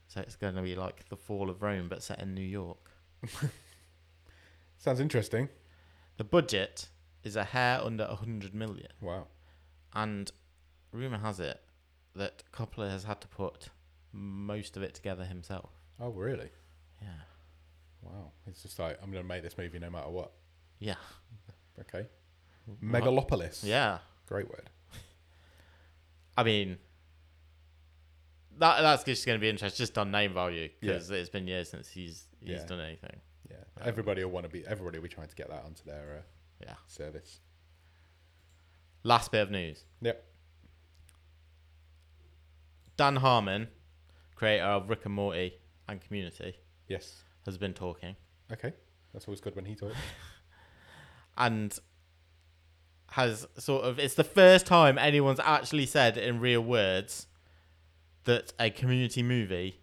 [SPEAKER 2] So it's going to be like the fall of Rome, but set in New York.
[SPEAKER 1] Sounds interesting.
[SPEAKER 2] The budget is a hair under 100 million.
[SPEAKER 1] Wow.
[SPEAKER 2] And rumour has it that Coppola has had to put most of it together himself.
[SPEAKER 1] Oh really?
[SPEAKER 2] Yeah.
[SPEAKER 1] Wow. It's just like I'm gonna make this movie no matter what.
[SPEAKER 2] Yeah.
[SPEAKER 1] Okay. Megalopolis.
[SPEAKER 2] Yeah.
[SPEAKER 1] Great word.
[SPEAKER 2] I mean, that that's just going to be interesting, just on name value, because it's been years since he's he's
[SPEAKER 1] Yeah.
[SPEAKER 2] done anything.
[SPEAKER 1] Yeah. Everybody will want to be. Everybody will be trying to get that onto their uh,
[SPEAKER 2] Yeah.
[SPEAKER 1] service.
[SPEAKER 2] Last bit of news.
[SPEAKER 1] Yep.
[SPEAKER 2] Dan Harmon, creator of Rick and Morty and Community,
[SPEAKER 1] Yes.
[SPEAKER 2] has been talking
[SPEAKER 1] Okay. That's always good when he talks.
[SPEAKER 2] and has sort of it's the first time anyone's actually said in real words that a community movie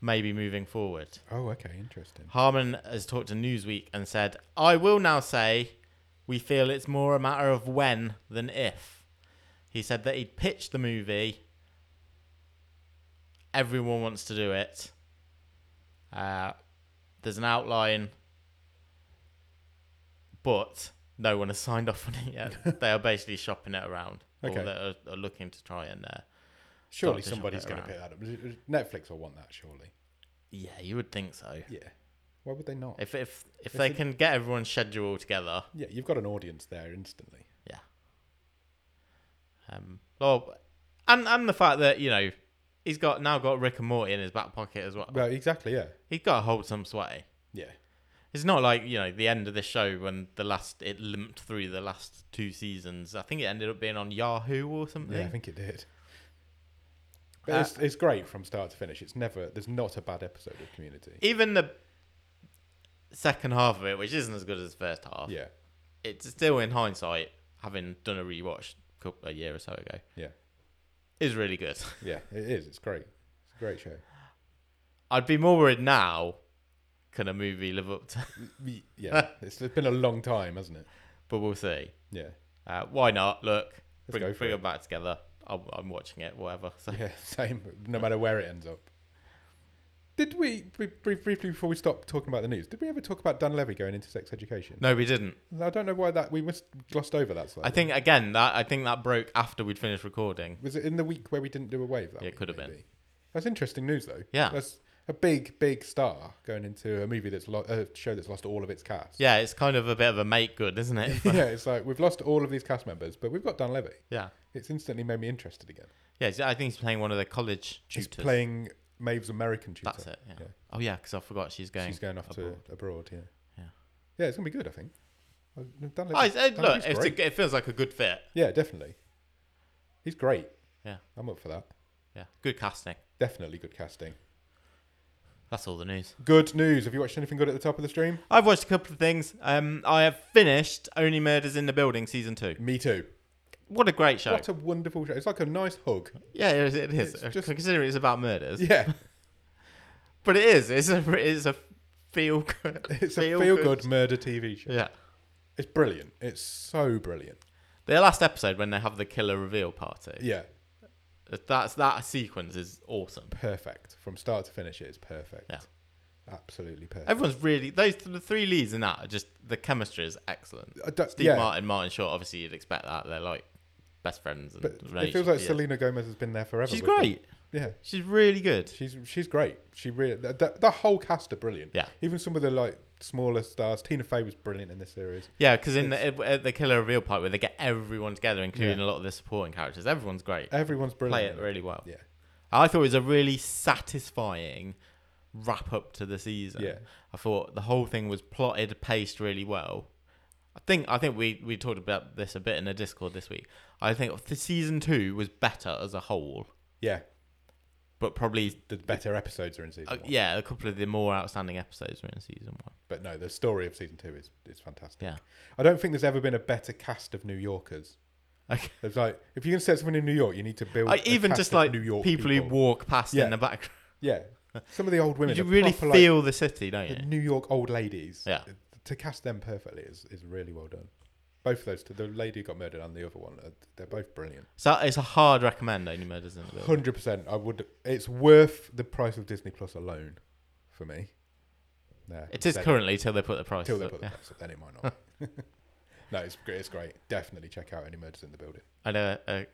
[SPEAKER 2] may be moving forward.
[SPEAKER 1] Oh, okay. Interesting.
[SPEAKER 2] Harmon has talked to Newsweek and said, I will now say we feel it's more a matter of when than if. He said that he'd pitched the movie. Everyone wants to do it. Uh, there's an outline, but no one has signed off on it yet. they are basically shopping it around.
[SPEAKER 1] Okay.
[SPEAKER 2] Or they are, are looking to try and. Uh,
[SPEAKER 1] Surely
[SPEAKER 2] Doctor
[SPEAKER 1] somebody's going
[SPEAKER 2] Shop
[SPEAKER 1] to
[SPEAKER 2] it
[SPEAKER 1] pick that up. Netflix will want that, surely.
[SPEAKER 2] yeah, you would think so.
[SPEAKER 1] Yeah. Why would they not?
[SPEAKER 2] If, if, if
[SPEAKER 1] If
[SPEAKER 2] they
[SPEAKER 1] it-
[SPEAKER 2] can get everyone's schedule together,
[SPEAKER 1] yeah, you've got an audience there instantly.
[SPEAKER 2] Um, well, and and the fact that you know he's got now got Rick and Morty in his back pocket as well.
[SPEAKER 1] Well, exactly. Yeah.
[SPEAKER 2] He's got to hold some sway.
[SPEAKER 1] Yeah.
[SPEAKER 2] It's not like you know the end of the show when the last it limped through the last two seasons. I think it ended up being on Yahoo or something.
[SPEAKER 1] Yeah, I think it did. But
[SPEAKER 2] Uh,
[SPEAKER 1] it's, it's great from start to finish. It's never there's not a bad episode of Community.
[SPEAKER 2] Even the second half of it, which isn't as good as the first half,
[SPEAKER 1] Yeah,
[SPEAKER 2] it's still in hindsight, having done a rewatch a couple a year or so ago,
[SPEAKER 1] yeah,
[SPEAKER 2] is really good.
[SPEAKER 1] yeah. It is. It's great. It's a great show.
[SPEAKER 2] I'd be more worried now. Can a movie live up to?
[SPEAKER 1] Y- Yeah, it's been a long time, hasn't it?
[SPEAKER 2] but we'll see.
[SPEAKER 1] Yeah,
[SPEAKER 2] Uh, why not? Look, bring,
[SPEAKER 1] go
[SPEAKER 2] bring
[SPEAKER 1] for it.
[SPEAKER 2] them back together. I'm, I'm watching it, whatever. So
[SPEAKER 1] yeah. Same. No matter where it ends up. Did we br- br- briefly before we stop talking about the news? Did we ever talk about Dan Levy going into sex education?
[SPEAKER 2] no, we didn't.
[SPEAKER 1] I don't know why that we must glossed over that. Slightly.
[SPEAKER 2] I think again that I think that broke after we'd finished recording.
[SPEAKER 1] was it in the week where we didn't do a wave. That
[SPEAKER 2] Yeah, it
[SPEAKER 1] week,
[SPEAKER 2] could have been.
[SPEAKER 1] maybe? That's interesting news though.
[SPEAKER 2] Yeah.
[SPEAKER 1] that's a big, big star going into a movie that's lo- a show that's lost all of its cast.
[SPEAKER 2] Yeah, it's kind of a bit of a make good, isn't it? But-
[SPEAKER 1] yeah, it's like we've lost all of these cast members, but we've got Dan Levy.
[SPEAKER 2] yeah,
[SPEAKER 1] It's instantly made me interested again.
[SPEAKER 2] yeah. so I think he's playing one of the college tutors.
[SPEAKER 1] She's playing Maeve's American tutor.
[SPEAKER 2] That's it. Yeah.
[SPEAKER 1] Yeah.
[SPEAKER 2] Oh yeah, because I forgot she's going.
[SPEAKER 1] She's going off
[SPEAKER 2] abroad.
[SPEAKER 1] to abroad. Yeah.
[SPEAKER 2] Yeah.
[SPEAKER 1] Yeah, it's gonna be good. I think. Uh, Dan Levy.
[SPEAKER 2] Oh, it's, it,
[SPEAKER 1] Dan
[SPEAKER 2] look,
[SPEAKER 1] Levy's
[SPEAKER 2] it's
[SPEAKER 1] great.
[SPEAKER 2] a, it feels like a good fit.
[SPEAKER 1] yeah, definitely. He's great.
[SPEAKER 2] Yeah.
[SPEAKER 1] I'm up for that.
[SPEAKER 2] Yeah, good casting.
[SPEAKER 1] Definitely good casting.
[SPEAKER 2] That's all the news.
[SPEAKER 1] Good news. Have you watched anything good at the top of the stream?
[SPEAKER 2] I've watched a couple of things. Um, I have finished Only Murders in the Building season two.
[SPEAKER 1] Me too.
[SPEAKER 2] What a great show!
[SPEAKER 1] What a wonderful show. It's like a nice hug.
[SPEAKER 2] yeah, it is. It is.
[SPEAKER 1] It's just-
[SPEAKER 2] Considering it's about murders.
[SPEAKER 1] Yeah.
[SPEAKER 2] But it is. It's a it's a feel good.
[SPEAKER 1] It's a feel good murder TV show.
[SPEAKER 2] Yeah.
[SPEAKER 1] It's brilliant. It's so brilliant.
[SPEAKER 2] Their last episode when they have the killer reveal party.
[SPEAKER 1] Yeah.
[SPEAKER 2] That's that sequence is awesome.
[SPEAKER 1] Perfect. From start to finish, it is perfect.
[SPEAKER 2] Yeah.
[SPEAKER 1] Absolutely perfect.
[SPEAKER 2] Everyone's really those the three leads in that are just the chemistry is excellent.
[SPEAKER 1] I don't-
[SPEAKER 2] Steve
[SPEAKER 1] yeah,
[SPEAKER 2] Martin, Martin Short, obviously you'd expect that. They're like best friends and
[SPEAKER 1] but it feels
[SPEAKER 2] relationship,
[SPEAKER 1] like
[SPEAKER 2] yeah.
[SPEAKER 1] Selena Gomez has been there forever.
[SPEAKER 2] She's
[SPEAKER 1] with them.
[SPEAKER 2] great.
[SPEAKER 1] Yeah.
[SPEAKER 2] She's really good.
[SPEAKER 1] She's she's great. She really the, the, the whole cast are brilliant.
[SPEAKER 2] Yeah.
[SPEAKER 1] Even some of the like smaller stars. Tina Fey was brilliant in this series.
[SPEAKER 2] Yeah, because in the, at the killer reveal part where they get everyone together, including
[SPEAKER 1] Yeah.
[SPEAKER 2] a lot of the supporting characters, everyone's great.
[SPEAKER 1] Everyone's
[SPEAKER 2] Play
[SPEAKER 1] brilliant.
[SPEAKER 2] it really well.
[SPEAKER 1] Yeah.
[SPEAKER 2] I thought it was a really satisfying wrap up to the season.
[SPEAKER 1] Yeah.
[SPEAKER 2] I thought the whole thing was plotted, paced really well. I think I think we, we talked about this a bit in the Discord this week. I think the season two was better as a whole,
[SPEAKER 1] Yeah.
[SPEAKER 2] but probably
[SPEAKER 1] The better episodes are in season
[SPEAKER 2] uh,
[SPEAKER 1] one.
[SPEAKER 2] yeah, a couple of the more outstanding episodes were in season one.
[SPEAKER 1] But no, the story of season two is is fantastic.
[SPEAKER 2] Yeah,
[SPEAKER 1] I don't think there's ever been a better cast of New Yorkers.
[SPEAKER 2] Okay.
[SPEAKER 1] It's like if you're gonna set someone in New York, you need to build
[SPEAKER 2] I,
[SPEAKER 1] a
[SPEAKER 2] even
[SPEAKER 1] cast
[SPEAKER 2] just
[SPEAKER 1] of
[SPEAKER 2] like
[SPEAKER 1] New York
[SPEAKER 2] people, who walk past
[SPEAKER 1] Yeah.
[SPEAKER 2] in the background,
[SPEAKER 1] yeah, some of the old women.
[SPEAKER 2] you
[SPEAKER 1] are
[SPEAKER 2] really
[SPEAKER 1] proper, like,
[SPEAKER 2] feel the city, don't
[SPEAKER 1] the
[SPEAKER 2] you?
[SPEAKER 1] New York old ladies.
[SPEAKER 2] Yeah.
[SPEAKER 1] to cast them perfectly is, is really well done. Both of those, two, the lady who got murdered and the other one, uh, they're both brilliant.
[SPEAKER 2] So it's a hard recommend. Only murders in the building.
[SPEAKER 1] Hundred percent. I would. It's worth the price of Disney Plus alone for me. Yeah,
[SPEAKER 2] It is
[SPEAKER 1] then-
[SPEAKER 2] currently till they put the price.
[SPEAKER 1] Till they
[SPEAKER 2] up,
[SPEAKER 1] put the
[SPEAKER 2] yeah.
[SPEAKER 1] price up, then it might not. no, it's great. It's great. Definitely check out any murders in the building.
[SPEAKER 2] and a, a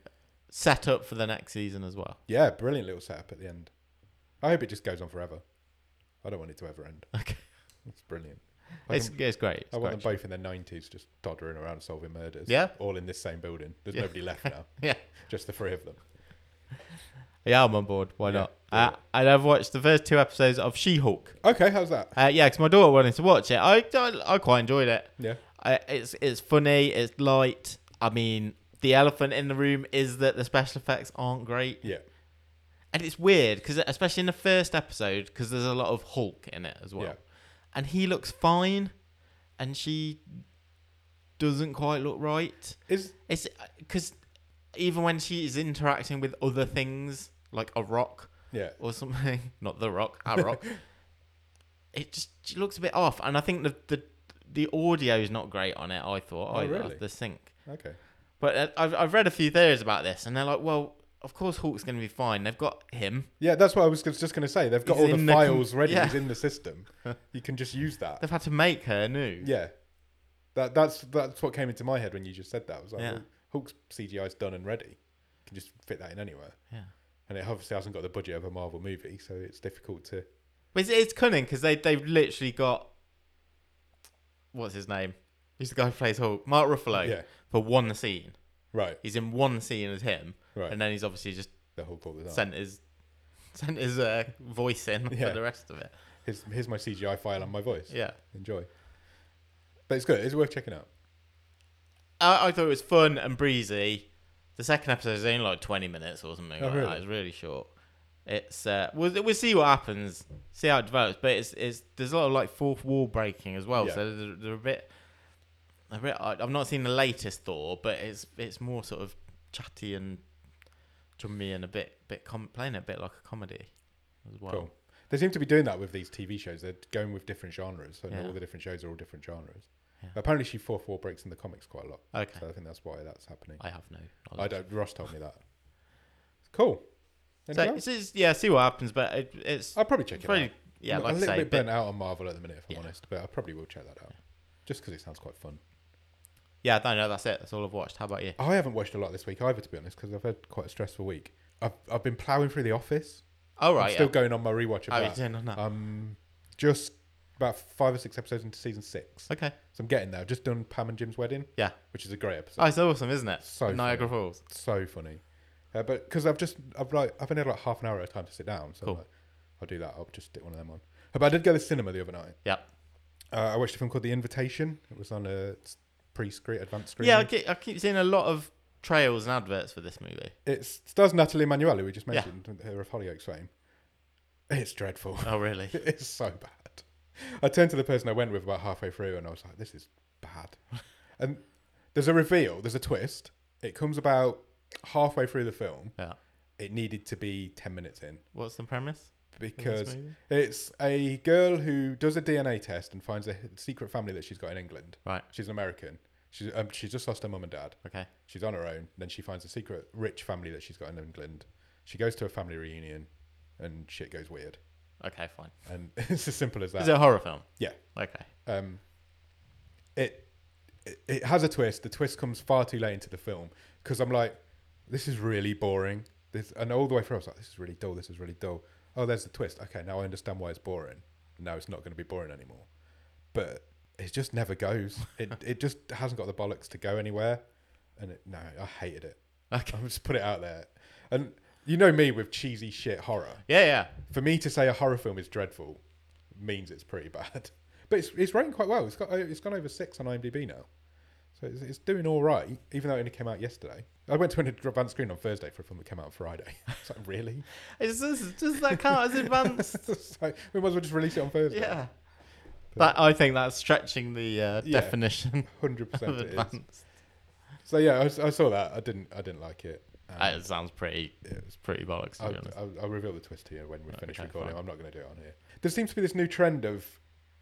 [SPEAKER 2] setup for the next season as well.
[SPEAKER 1] Yeah, brilliant little setup at the end. I hope it just goes on forever. I don't want it to ever end.
[SPEAKER 2] Okay.
[SPEAKER 1] It's brilliant. I,
[SPEAKER 2] It's,
[SPEAKER 1] want-
[SPEAKER 2] it's great. It's
[SPEAKER 1] I want them
[SPEAKER 2] great.
[SPEAKER 1] both in their 90s just doddering around solving murders.
[SPEAKER 2] Yeah.
[SPEAKER 1] All in this same building. There's
[SPEAKER 2] Yeah.
[SPEAKER 1] nobody left now.
[SPEAKER 2] Yeah.
[SPEAKER 1] Just the three of them.
[SPEAKER 2] Yeah, I'm on board. Why
[SPEAKER 1] Yeah,
[SPEAKER 2] not?
[SPEAKER 1] do
[SPEAKER 2] Uh,
[SPEAKER 1] it.
[SPEAKER 2] and I've watched the first two episodes of She-Hulk.
[SPEAKER 1] Okay, how's that?
[SPEAKER 2] Uh, yeah, because my daughter wanted to watch it. I, I, I quite enjoyed it.
[SPEAKER 1] Yeah.
[SPEAKER 2] I, it's it's funny. It's light. I mean, the elephant in the room is that the special effects aren't great,
[SPEAKER 1] Yeah,
[SPEAKER 2] and it's weird because especially in the first episode, because there's a lot of Hulk in it as well,
[SPEAKER 1] Yeah.
[SPEAKER 2] and he looks fine, and she doesn't quite look right.
[SPEAKER 1] is
[SPEAKER 2] It's because even when she is interacting with other things like a rock
[SPEAKER 1] yeah,
[SPEAKER 2] or something, not the rock, a rock, it just she looks a bit off. And I think the the the audio is not great on it. I thought
[SPEAKER 1] Oh,
[SPEAKER 2] either
[SPEAKER 1] really?
[SPEAKER 2] the sync.
[SPEAKER 1] okay,
[SPEAKER 2] But uh, I've I've read a few theories about this, and they're like, well, of course Hulk's going to be fine. They've got him.
[SPEAKER 1] yeah. That's what I was just going to say. They've got
[SPEAKER 2] He's
[SPEAKER 1] all
[SPEAKER 2] in
[SPEAKER 1] the
[SPEAKER 2] the com-
[SPEAKER 1] files ready.
[SPEAKER 2] Yeah.
[SPEAKER 1] He's in the system. you can just use that.
[SPEAKER 2] They've had to make her new.
[SPEAKER 1] Yeah, that that's that's what came into my head when you just said that. I was like,
[SPEAKER 2] Yeah.
[SPEAKER 1] well, Hulk's CGI's done and ready. You can just fit that in anywhere,
[SPEAKER 2] yeah.
[SPEAKER 1] and it obviously hasn't got the budget of a Marvel movie, so it's difficult to.
[SPEAKER 2] But it's, it's cunning because they they've literally got what's his name? Who's the guy who plays Hulk? Mark Ruffalo
[SPEAKER 1] Yeah,
[SPEAKER 2] for one scene.
[SPEAKER 1] right,
[SPEAKER 2] He's in one scene as him,
[SPEAKER 1] right.
[SPEAKER 2] and then he's obviously just
[SPEAKER 1] the Hulk all the time.
[SPEAKER 2] sent his sent his uh, voice in
[SPEAKER 1] Yeah.
[SPEAKER 2] for the rest of it.
[SPEAKER 1] Here's, here's my CGI file and my voice.
[SPEAKER 2] Yeah,
[SPEAKER 1] Enjoy. But it's good. It's worth checking out.
[SPEAKER 2] I, I thought it was fun and breezy. The second episode is only like twenty minutes or something.
[SPEAKER 1] Oh,
[SPEAKER 2] like
[SPEAKER 1] really?
[SPEAKER 2] that. It's really short. It's uh, we'll, we'll see what happens, see how it develops. But it's it's there's a lot of like fourth wall breaking as well.
[SPEAKER 1] Yeah.
[SPEAKER 2] So they're, they're a bit. A bit I- I've not seen the latest Thor, but it's it's more sort of chatty and drummy and a bit bit com- playing a bit like a comedy as well.
[SPEAKER 1] Cool. They seem to be doing that with these TV shows. They're going with different genres, and
[SPEAKER 2] Yeah.
[SPEAKER 1] all the different shows are all different genres.
[SPEAKER 2] Yeah.
[SPEAKER 1] Apparently, she four four breaks in the comics quite a lot,
[SPEAKER 2] Okay,
[SPEAKER 1] so I think that's why that's happening.
[SPEAKER 2] I have no.
[SPEAKER 1] I
[SPEAKER 2] knowledge.
[SPEAKER 1] don't. Ross told me that. Cool.
[SPEAKER 2] So
[SPEAKER 1] Anything else?
[SPEAKER 2] it's, it's- yeah, see what happens, but it, it's
[SPEAKER 1] I'll probably check it
[SPEAKER 2] probably
[SPEAKER 1] out.
[SPEAKER 2] yeah,
[SPEAKER 1] I'm
[SPEAKER 2] like
[SPEAKER 1] a
[SPEAKER 2] I
[SPEAKER 1] little
[SPEAKER 2] say,
[SPEAKER 1] bit
[SPEAKER 2] but
[SPEAKER 1] burnt out on Marvel at the minute, if I'm
[SPEAKER 2] Yeah.
[SPEAKER 1] honest, but I probably will check that out just because it sounds quite fun.
[SPEAKER 2] yeah, I don't know. That's it. That's all I've watched. How about you?
[SPEAKER 1] I haven't watched a lot this week either, to be honest, because I've had quite a stressful week. I've, I've been ploughing through The Office.
[SPEAKER 2] All
[SPEAKER 1] I'm
[SPEAKER 2] right,
[SPEAKER 1] still
[SPEAKER 2] yeah. Oh,
[SPEAKER 1] going on my rewatch of
[SPEAKER 2] How are you
[SPEAKER 1] that.
[SPEAKER 2] doing on that?
[SPEAKER 1] Um, just about five or six episodes into season six, so
[SPEAKER 2] okay,
[SPEAKER 1] I'm getting there. I've just done Pam and Jim's wedding,
[SPEAKER 2] Yeah.
[SPEAKER 1] which is a great episode.
[SPEAKER 2] oh, it's awesome, isn't it?
[SPEAKER 1] so
[SPEAKER 2] Niagara
[SPEAKER 1] funny.
[SPEAKER 2] Falls.
[SPEAKER 1] so funny. Uh, but because I've just I've like I've only had like half an hour at a time to sit down, so I'm
[SPEAKER 2] Cool.
[SPEAKER 1] like, I'll do that. I'll just stick one of them on. Uh, But I did go to the cinema the other night.
[SPEAKER 2] Yep.
[SPEAKER 1] Uh, I watched a film called The Invitation. It was on a s- pre-screen, advanced screen.
[SPEAKER 2] Yeah, I keep, I keep seeing a lot of trails and adverts for this movie.
[SPEAKER 1] it stars Natalie Emanuele, who we just
[SPEAKER 2] Yeah.
[SPEAKER 1] mentioned, her of Hollyoaks fame. It's dreadful.
[SPEAKER 2] Oh, really?
[SPEAKER 1] it's so bad. I turned to the person I went with about halfway through, and I was like, "This is bad." and there's a reveal. There's a twist. It comes about halfway through the film.
[SPEAKER 2] Yeah.
[SPEAKER 1] It needed to be ten minutes in
[SPEAKER 2] What's the premise? of this
[SPEAKER 1] because
[SPEAKER 2] movie?
[SPEAKER 1] It's a girl who does a DNA test and finds a h- secret family that she's got in England.
[SPEAKER 2] Right.
[SPEAKER 1] She's an American. She's um, she's just lost her mum and dad.
[SPEAKER 2] okay,
[SPEAKER 1] She's on her own. Then she finds a secret rich family that she's got in England. She goes to a family reunion, and shit goes weird.
[SPEAKER 2] okay, fine.
[SPEAKER 1] And it's as simple as that.
[SPEAKER 2] Is it a horror film?
[SPEAKER 1] Yeah.
[SPEAKER 2] Okay.
[SPEAKER 1] um, it, it it has a twist. The twist comes far too late into the film because I'm like, this is really boring. This and all the way through, I was like, this is really dull. This is really dull. Oh, there's the twist. Okay, now I understand why it's boring. Now it's not going to be boring anymore. But it just never goes. It it just hasn't got the bollocks to go anywhere. And it, no, I hated it.
[SPEAKER 2] Okay.
[SPEAKER 1] I'll just put it out there. And you know me with cheesy shit horror
[SPEAKER 2] Yeah, yeah.
[SPEAKER 1] for me to say a horror film is dreadful means it's pretty bad. But it's it's rating quite well. It's got o- it's gone over six on IMDb now, so it's, it's doing all right. Even though it only came out yesterday, I went to an advanced screen on Thursday for a film that came out on Friday. It's like really?
[SPEAKER 2] Is this, does that count as advanced?
[SPEAKER 1] It's like, we might as well just release it on Thursday.
[SPEAKER 2] yeah. That I think that's stretching the uh,
[SPEAKER 1] Yeah.
[SPEAKER 2] definition
[SPEAKER 1] hundred
[SPEAKER 2] of
[SPEAKER 1] percent it is.
[SPEAKER 2] advanced.
[SPEAKER 1] So yeah, I, s- I saw that. I didn't I didn't like it. Um,
[SPEAKER 2] That Uh, sounds pretty,
[SPEAKER 1] it was-
[SPEAKER 2] pretty bollocks. To
[SPEAKER 1] I'll,
[SPEAKER 2] be honest.
[SPEAKER 1] I'll, I'll reveal the twist here when we finish
[SPEAKER 2] okay,
[SPEAKER 1] recording.
[SPEAKER 2] fine.
[SPEAKER 1] I'm not going to do it on here. There seems to be this new trend of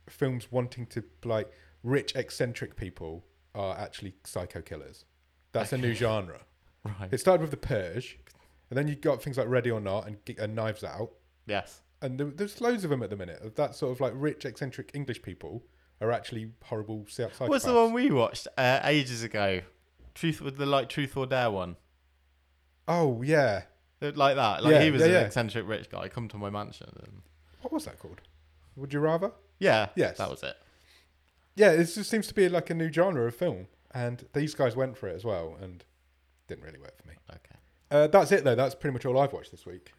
[SPEAKER 1] films wanting to like rich eccentric people are actually psycho killers. That's a new genre.
[SPEAKER 2] Right.
[SPEAKER 1] It started with The Purge, and then you got things like Ready or Not and, G- and Knives Out,
[SPEAKER 2] Yes.
[SPEAKER 1] and there, there's loads of them at the minute. Of that sort of like rich eccentric English people are actually horrible psy- psychopaths.
[SPEAKER 2] What's the one we watched uh, ages ago? Truth with the like Truth or Dare one,
[SPEAKER 1] Oh yeah,
[SPEAKER 2] It- like that. Like
[SPEAKER 1] Yeah,
[SPEAKER 2] he was
[SPEAKER 1] yeah,
[SPEAKER 2] an
[SPEAKER 1] yeah.
[SPEAKER 2] eccentric rich guy. Come to my mansion. And...
[SPEAKER 1] what was that called? Would you rather?
[SPEAKER 2] Yeah.
[SPEAKER 1] Yes.
[SPEAKER 2] That was it.
[SPEAKER 1] yeah, it just seems to be like a new genre of film, and these guys went for it as well, and didn't really work for me.
[SPEAKER 2] Okay.
[SPEAKER 1] Uh, that's it though. That's pretty much all I've watched this week.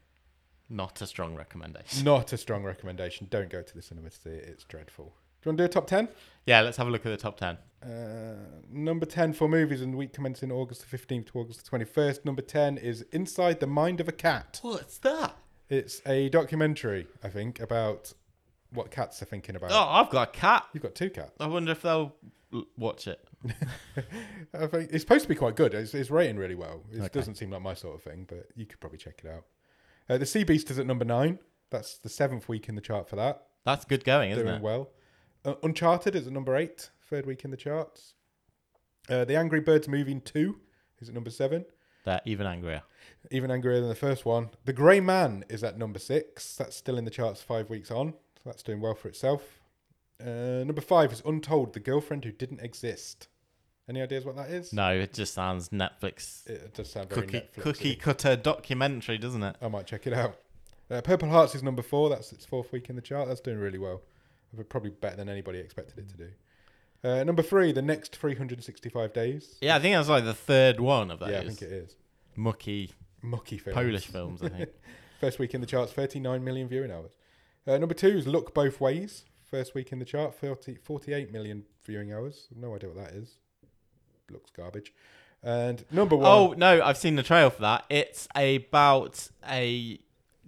[SPEAKER 2] Not a strong recommendation.
[SPEAKER 1] Not a strong recommendation. Don't go to the cinema to see it. It's dreadful. you want to do a top 10?
[SPEAKER 2] Yeah, let's have a look at the top 10.
[SPEAKER 1] Uh, number 10 for movies in the week commencing August the 15th to August the 21st. Number 10 is Inside the Mind of a Cat.
[SPEAKER 2] What's that?
[SPEAKER 1] It's a documentary, I think, about what cats are thinking about.
[SPEAKER 2] Oh, I've got a cat.
[SPEAKER 1] You've got two cats.
[SPEAKER 2] I wonder if they'll l- watch it.
[SPEAKER 1] I think it's supposed to be quite good. It's, it's rating really well. It
[SPEAKER 2] Okay.
[SPEAKER 1] doesn't seem like my sort of thing, but you could probably check it out. Uh, the Sea Beast is at number nine. That's the seventh week in the chart for that.
[SPEAKER 2] That's good going, isn't
[SPEAKER 1] Doing
[SPEAKER 2] it?
[SPEAKER 1] well. Uh, Uncharted is at number eight, third week in the charts. Uh, the Angry Birds Moving 2 is at number seven.
[SPEAKER 2] They're even angrier.
[SPEAKER 1] Even angrier than the first one. The Grey Man is at number six. That's still in the charts five weeks on. So that's doing well for itself. Uh, number five is Untold, The Girlfriend Who Didn't Exist. Any ideas what that is?
[SPEAKER 2] No, it just sounds Netflix
[SPEAKER 1] It does sound very
[SPEAKER 2] cookie
[SPEAKER 1] Netflix-y.
[SPEAKER 2] cookie cutter documentary, doesn't it?
[SPEAKER 1] I might check it out. Uh, Purple Hearts is number four. That's its fourth week in the chart. That's doing really well. Probably better than anybody expected it to do. Uh, number three, the next 365 days.
[SPEAKER 2] Yeah, I think that's like the third one of those.
[SPEAKER 1] yeah, I think it is.
[SPEAKER 2] Mucky
[SPEAKER 1] Mucky film.
[SPEAKER 2] Polish films, I think.
[SPEAKER 1] First week in the charts, 39 million viewing hours. Uh, number two is Look Both Ways. First week in the chart, 30, 48 million viewing hours. No idea what that is. Looks garbage. And number one.
[SPEAKER 2] oh no, I've seen the trail for that. It's about a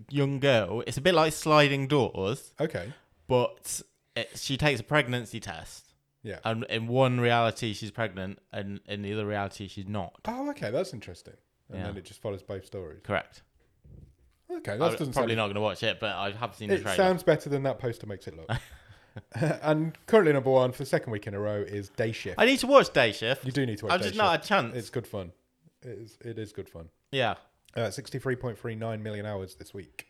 [SPEAKER 2] young girl. It's a bit like sliding doors,
[SPEAKER 1] Okay.
[SPEAKER 2] but it, she takes a pregnancy test,
[SPEAKER 1] Yeah.
[SPEAKER 2] and in one reality she's pregnant, and in the other reality she's not.
[SPEAKER 1] Oh, okay. That's interesting. And
[SPEAKER 2] Yeah.
[SPEAKER 1] then it just follows both stories.
[SPEAKER 2] Correct.
[SPEAKER 1] Okay. That
[SPEAKER 2] I'm
[SPEAKER 1] doesn't
[SPEAKER 2] probably
[SPEAKER 1] sound
[SPEAKER 2] not going to watch it, but I have seen the
[SPEAKER 1] It
[SPEAKER 2] trailer.
[SPEAKER 1] sounds better than that poster makes it look. and currently number one for the second week in a row is Day Shift.
[SPEAKER 2] I need to watch Day Shift.
[SPEAKER 1] you do need to watch
[SPEAKER 2] I've
[SPEAKER 1] Day
[SPEAKER 2] just
[SPEAKER 1] Shift.
[SPEAKER 2] not had a chance.
[SPEAKER 1] It's good fun. It is, it is good fun.
[SPEAKER 2] yeah,
[SPEAKER 1] Uh, 63.39 million hours this week.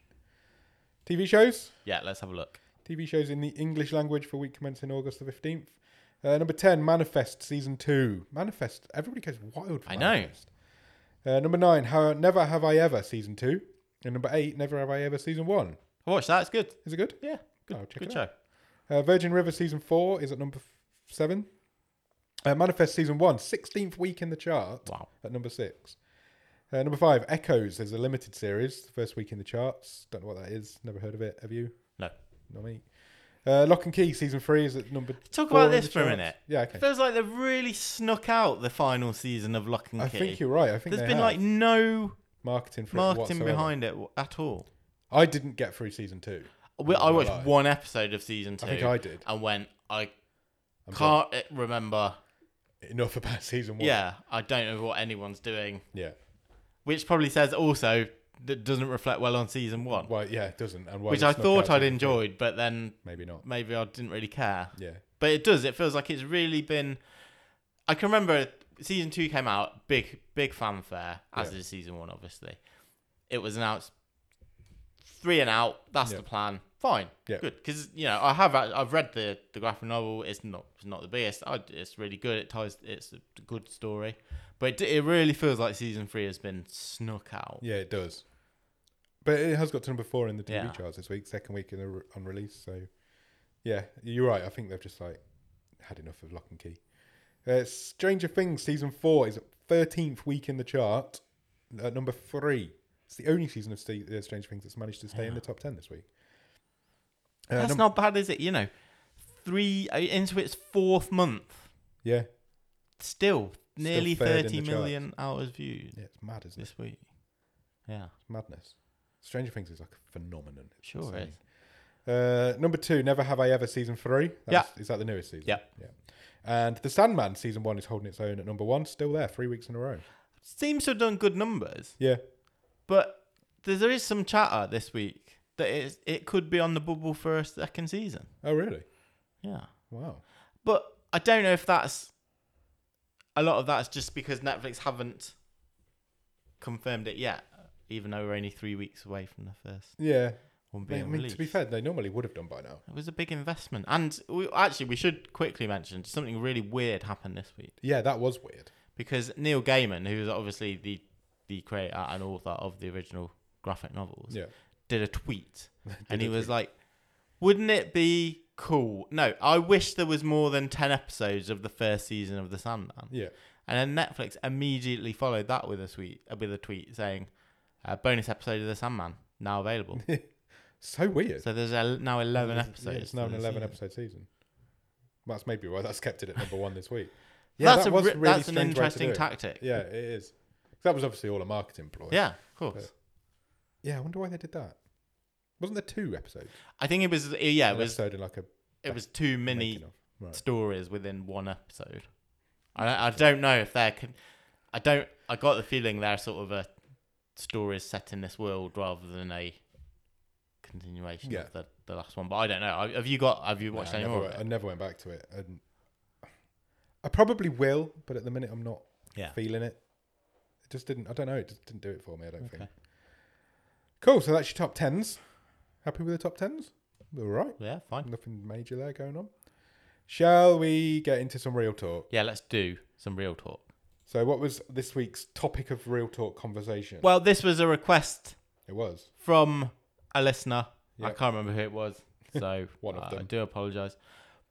[SPEAKER 1] TV shows.
[SPEAKER 2] yeah. Let's have a look.
[SPEAKER 1] TV shows in the English language for week commencing August the 15th. Uh, number 10, Manifest Season 2. Manifest. Everybody goes wild for
[SPEAKER 2] I know.
[SPEAKER 1] Manifest. know. Uh, number 9, How, Never Have I Ever Season 2. And number 8, Never Have I Ever Season 1.
[SPEAKER 2] I watched that. It's good.
[SPEAKER 1] Is it good?
[SPEAKER 2] Yeah, good.
[SPEAKER 1] I'll check
[SPEAKER 2] good
[SPEAKER 1] it
[SPEAKER 2] show.
[SPEAKER 1] Uh, Virgin River season four is at number f- seven. Uh, Manifest season one, 16th week in the chart
[SPEAKER 2] Wow.
[SPEAKER 1] at number six. Uh, number five, Echoes. There's a limited series, first week in the charts. Don't know what that is. Never heard of it. Have you?
[SPEAKER 2] No.
[SPEAKER 1] Not me. Uh, Lock and Key season three is at number.
[SPEAKER 2] Talk
[SPEAKER 1] four
[SPEAKER 2] about
[SPEAKER 1] in
[SPEAKER 2] this
[SPEAKER 1] the
[SPEAKER 2] for a
[SPEAKER 1] charts.
[SPEAKER 2] minute.
[SPEAKER 1] Yeah,
[SPEAKER 2] It
[SPEAKER 1] okay.
[SPEAKER 2] feels like they've really snuck out the final season of Lock and
[SPEAKER 1] I
[SPEAKER 2] Key.
[SPEAKER 1] think you're right. I think they
[SPEAKER 2] There's been
[SPEAKER 1] have
[SPEAKER 2] like no
[SPEAKER 1] marketing for
[SPEAKER 2] marketing
[SPEAKER 1] it whatsoever.
[SPEAKER 2] behind it at all.
[SPEAKER 1] I didn't get through season two.
[SPEAKER 2] We, I
[SPEAKER 1] gonna
[SPEAKER 2] watched
[SPEAKER 1] lie.
[SPEAKER 2] one episode of season two
[SPEAKER 1] I think I did.
[SPEAKER 2] and went, I
[SPEAKER 1] I'm
[SPEAKER 2] can't eh, remember.
[SPEAKER 1] Enough about season one.
[SPEAKER 2] Yeah, I don't know what anyone's doing,
[SPEAKER 1] Yeah.
[SPEAKER 2] which probably says also that doesn't reflect well on season one,
[SPEAKER 1] Well, yeah, it doesn't. And why
[SPEAKER 2] which
[SPEAKER 1] they
[SPEAKER 2] I
[SPEAKER 1] snuck
[SPEAKER 2] thought
[SPEAKER 1] out
[SPEAKER 2] I'd
[SPEAKER 1] season-
[SPEAKER 2] enjoyed, but then
[SPEAKER 1] Maybe not.
[SPEAKER 2] maybe I didn't really care.
[SPEAKER 1] Yeah.
[SPEAKER 2] But it does. It feels like it's really been. I can remember season two came out big, big fanfare as
[SPEAKER 1] Yeah.
[SPEAKER 2] did season one. Obviously, it was announced three and out. That's
[SPEAKER 1] Yeah.
[SPEAKER 2] the plan. Fine,
[SPEAKER 1] Yeah.
[SPEAKER 2] good because you know I have act- I've read the the graphic novel. It's not it's not the biggest. I, it's really good. It ties. It's a good story, but it, d- it really feels like season three has been snuck out.
[SPEAKER 1] Yeah, it does. But it has got to number four in the TV
[SPEAKER 2] Yeah.
[SPEAKER 1] charts this week, second week in a r on release. So, yeah, you're right. I think they've just like had enough of Lock and Key. Uh, Stranger Things season four is 13th week in the chart at number three. It's the only season of St- uh, Stranger Things that's managed to stay in the top ten this week. Uh,
[SPEAKER 2] That's
[SPEAKER 1] num-
[SPEAKER 2] not bad, is it? You know, three uh, into its fourth month.
[SPEAKER 1] yeah,
[SPEAKER 2] still nearly
[SPEAKER 1] third in
[SPEAKER 2] 30
[SPEAKER 1] the
[SPEAKER 2] million hours viewed
[SPEAKER 1] yeah, it's mad, isn't it?
[SPEAKER 2] this week. Yeah,
[SPEAKER 1] It's madness. Stranger Things is like a phenomenon. It's
[SPEAKER 2] sure
[SPEAKER 1] insane.
[SPEAKER 2] is.
[SPEAKER 1] Uh, number two, Never Have I Ever season three. That's, Is that the newest season?
[SPEAKER 2] Yeah.
[SPEAKER 1] Yeah. And The Sandman season one is holding its own at number one, still there, three weeks in a row.
[SPEAKER 2] Seems to have done good numbers,
[SPEAKER 1] Yeah.
[SPEAKER 2] but there, there is some chatter this week that it, it could be on the bubble for a second season.
[SPEAKER 1] Oh, really?
[SPEAKER 2] Yeah.
[SPEAKER 1] Wow.
[SPEAKER 2] But I don't know if that's a lot of that's just because Netflix haven't confirmed it yet, even though we're only three weeks away from the first
[SPEAKER 1] Yeah.
[SPEAKER 2] one
[SPEAKER 1] I
[SPEAKER 2] being
[SPEAKER 1] mean,
[SPEAKER 2] released.
[SPEAKER 1] to be fair, they normally would have done by now.
[SPEAKER 2] it was a big investment, and we, actually, we should quickly mention something really weird happened this week.
[SPEAKER 1] Yeah, that was weird.
[SPEAKER 2] because Neil Gaiman, who is obviously the the creator and author of the original graphic novels,
[SPEAKER 1] Yeah.
[SPEAKER 2] did a tweet, and
[SPEAKER 1] a
[SPEAKER 2] he was like, "Wouldn't it be cool? No, I wish there was more than ten episodes of the first season of The Sandman."
[SPEAKER 1] Yeah.
[SPEAKER 2] And then Netflix immediately followed that with a tweet, uh, with a tweet saying, uh, "Bonus episode of The Sandman now available."
[SPEAKER 1] so weird.
[SPEAKER 2] so there's a, now eleven
[SPEAKER 1] Yeah,
[SPEAKER 2] episodes.
[SPEAKER 1] it's now
[SPEAKER 2] to
[SPEAKER 1] an
[SPEAKER 2] the
[SPEAKER 1] 11
[SPEAKER 2] season.
[SPEAKER 1] episode season. That's maybe why that's kept it at number one this week.
[SPEAKER 2] that's a
[SPEAKER 1] was
[SPEAKER 2] re-
[SPEAKER 1] really
[SPEAKER 2] that's an
[SPEAKER 1] strange way to do
[SPEAKER 2] interesting
[SPEAKER 1] it.
[SPEAKER 2] tactic.
[SPEAKER 1] Yeah, it is. That was obviously all a marketing ploy.
[SPEAKER 2] Yeah, of course.
[SPEAKER 1] Yeah, I wonder why they did that. Wasn't there two episodes?
[SPEAKER 2] I think it was yeah, it
[SPEAKER 1] An
[SPEAKER 2] was
[SPEAKER 1] episode and like a
[SPEAKER 2] it was two mini
[SPEAKER 1] making of. Right.
[SPEAKER 2] stories within one episode. I I don't know if they're con- I don't I got the feeling they're sort of a stories set in this world rather than a continuation
[SPEAKER 1] Yeah.
[SPEAKER 2] of the, the last one. But I don't know. I- Have you got have you
[SPEAKER 1] No,
[SPEAKER 2] watched
[SPEAKER 1] I
[SPEAKER 2] any
[SPEAKER 1] never,
[SPEAKER 2] more of
[SPEAKER 1] went- I
[SPEAKER 2] it?
[SPEAKER 1] never went back to it. And I probably will, but at the minute I'm not
[SPEAKER 2] Yeah.
[SPEAKER 1] feeling it. It just didn't. I don't know. It just didn't do it for me. I don't think. Cool. So that's your top tens. Happy with the top tens? All right.
[SPEAKER 2] Yeah, fine.
[SPEAKER 1] Nothing major there going on. Shall we get into some real talk?
[SPEAKER 2] Yeah, let's do some real talk.
[SPEAKER 1] So, what was this week's topic of real talk conversation?
[SPEAKER 2] Well, this was a request
[SPEAKER 1] it was.
[SPEAKER 2] from a listener. I
[SPEAKER 1] Yeah.
[SPEAKER 2] can't remember who it was, so
[SPEAKER 1] One of
[SPEAKER 2] uh, I
[SPEAKER 1] them.
[SPEAKER 2] do apologise.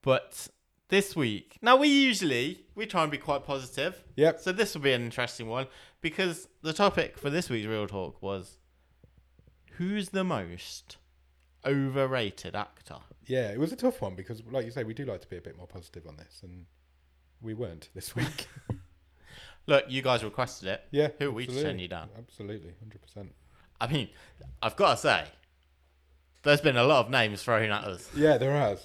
[SPEAKER 2] But this week, now we usually we try and be quite positive.
[SPEAKER 1] Yep.
[SPEAKER 2] So this will be an interesting one because the topic for this week's real talk was who's the most overrated actor.
[SPEAKER 1] Yeah, it was a tough one because, like you say, we do like to be a bit more positive on this, and we weren't this week.
[SPEAKER 2] Look, you guys requested it.
[SPEAKER 1] yeah.
[SPEAKER 2] Who are we to turn
[SPEAKER 1] absolutely.
[SPEAKER 2] you down?
[SPEAKER 1] Absolutely, hundred percent.
[SPEAKER 2] I mean, I've got to say, there's been a lot of names thrown at us.
[SPEAKER 1] Yeah, there has.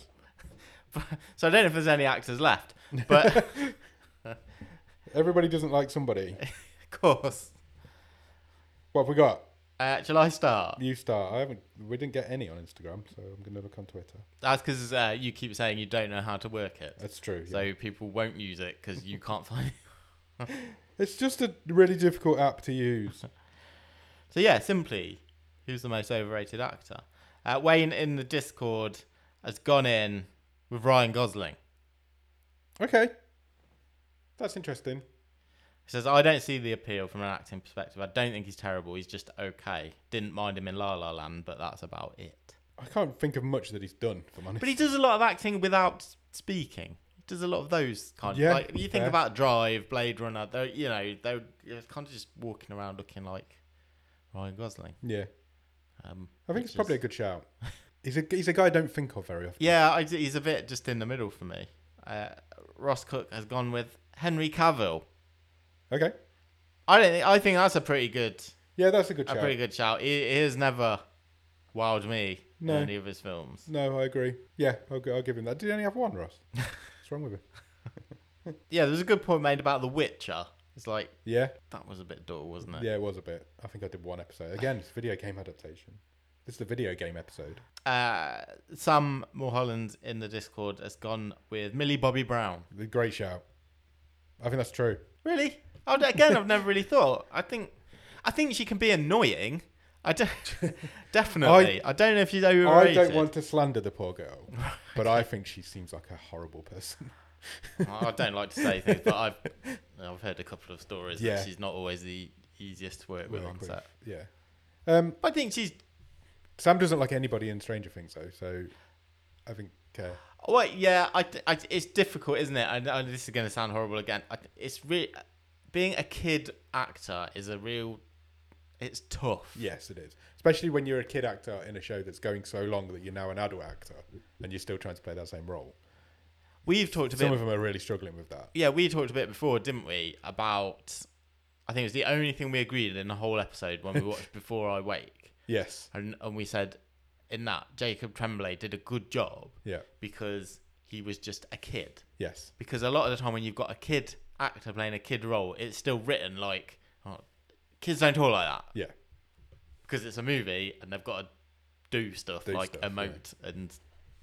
[SPEAKER 2] So I don't know if there's any actors left, but
[SPEAKER 1] Everybody doesn't like somebody.
[SPEAKER 2] of course.
[SPEAKER 1] What have we got?
[SPEAKER 2] Uh, shall I start?
[SPEAKER 1] You start. I haven't. We didn't get any on Instagram, so I'm gonna look on Twitter.
[SPEAKER 2] That's because uh, you keep saying you don't know how to work it,
[SPEAKER 1] That's true. yeah.
[SPEAKER 2] so people won't use it because you can't find.
[SPEAKER 1] It's just a really difficult app to use.
[SPEAKER 2] So yeah, simply, who's the most overrated actor? Uh, Wayne in the Discord has gone in with Ryan Gosling.
[SPEAKER 1] Okay, that's interesting.
[SPEAKER 2] He says, "I don't see the appeal from an acting perspective. I don't think he's terrible. He's just okay. Didn't mind him in La La Land, but that's about it.
[SPEAKER 1] I can't think of much that he's done. If I'm honest.
[SPEAKER 2] But he does a lot of acting without speaking. He does a lot of those kind
[SPEAKER 1] Yeah,
[SPEAKER 2] of like you think
[SPEAKER 1] fair.
[SPEAKER 2] about Drive, Blade Runner. They're you know they're it's kind of just walking around looking like Ryan Gosling.
[SPEAKER 1] yeah,
[SPEAKER 2] Um,
[SPEAKER 1] I think
[SPEAKER 2] which
[SPEAKER 1] it's probably
[SPEAKER 2] is-
[SPEAKER 1] a good shout. He's a he's a guy I don't think of very often.
[SPEAKER 2] Yeah, I, he's a bit just in the middle for me. Uh, Ross Cook has gone with Henry Cavill.
[SPEAKER 1] Okay.
[SPEAKER 2] I don't. Think, I think that's a pretty good,
[SPEAKER 1] Yeah, that's a good
[SPEAKER 2] a
[SPEAKER 1] shout.
[SPEAKER 2] pretty good shout. He, he has never wowed me
[SPEAKER 1] No.
[SPEAKER 2] in any of his films.
[SPEAKER 1] No, I agree. Yeah, I'll, g- I'll give him that. Did he only have one, Ross? What's wrong with him?
[SPEAKER 2] Yeah, there was a good point made about The Witcher. It's like
[SPEAKER 1] Yeah,
[SPEAKER 2] that was a bit dull, wasn't it?
[SPEAKER 1] yeah, it was a bit. I think I did one episode. Again, it's a video game adaptation. This is the video game episode.
[SPEAKER 2] Uh, Sam Mulholland in the Discord has gone with Millie Bobby Brown.
[SPEAKER 1] The great shout. I think that's true.
[SPEAKER 2] Really? I, again, I've never really thought. I think, I think she can be annoying. I don't, definitely. I, don't know if she's
[SPEAKER 1] I
[SPEAKER 2] overrated.
[SPEAKER 1] don't want to slander the poor girl, but I think she seems like a horrible person.
[SPEAKER 2] I don't like to say things, but I've I've heard a couple of stories
[SPEAKER 1] Yeah.
[SPEAKER 2] that she's not always the easiest to work with on set.
[SPEAKER 1] Yeah. Um,
[SPEAKER 2] But I think she's.
[SPEAKER 1] Sam doesn't like anybody in Stranger Things, though, so I think. Uh,
[SPEAKER 2] Well, yeah, I, I, it's difficult, isn't it? I, know this is going to sound horrible again. I, it's really being a kid actor is a real. It's tough.
[SPEAKER 1] yes, it is. Especially when you're a kid actor in a show that's going so long that you're now an adult actor and you're still trying to play that same role.
[SPEAKER 2] We've talked a bit.
[SPEAKER 1] Some of them are really struggling with that.
[SPEAKER 2] yeah, we talked a bit before, didn't we? About I think it was the only thing we agreed in the whole episode when we watched Before I Wake,
[SPEAKER 1] Yes.
[SPEAKER 2] and and we said in that Jacob Tremblay did a good job
[SPEAKER 1] Yeah.
[SPEAKER 2] because he was just a kid.
[SPEAKER 1] Yes.
[SPEAKER 2] Because a lot of the time when you've got a kid actor playing a kid role, it's still written like oh, kids don't talk like that
[SPEAKER 1] Yeah.
[SPEAKER 2] because it's a movie and they've got to do stuff
[SPEAKER 1] Do
[SPEAKER 2] like
[SPEAKER 1] stuff, yeah.
[SPEAKER 2] emote and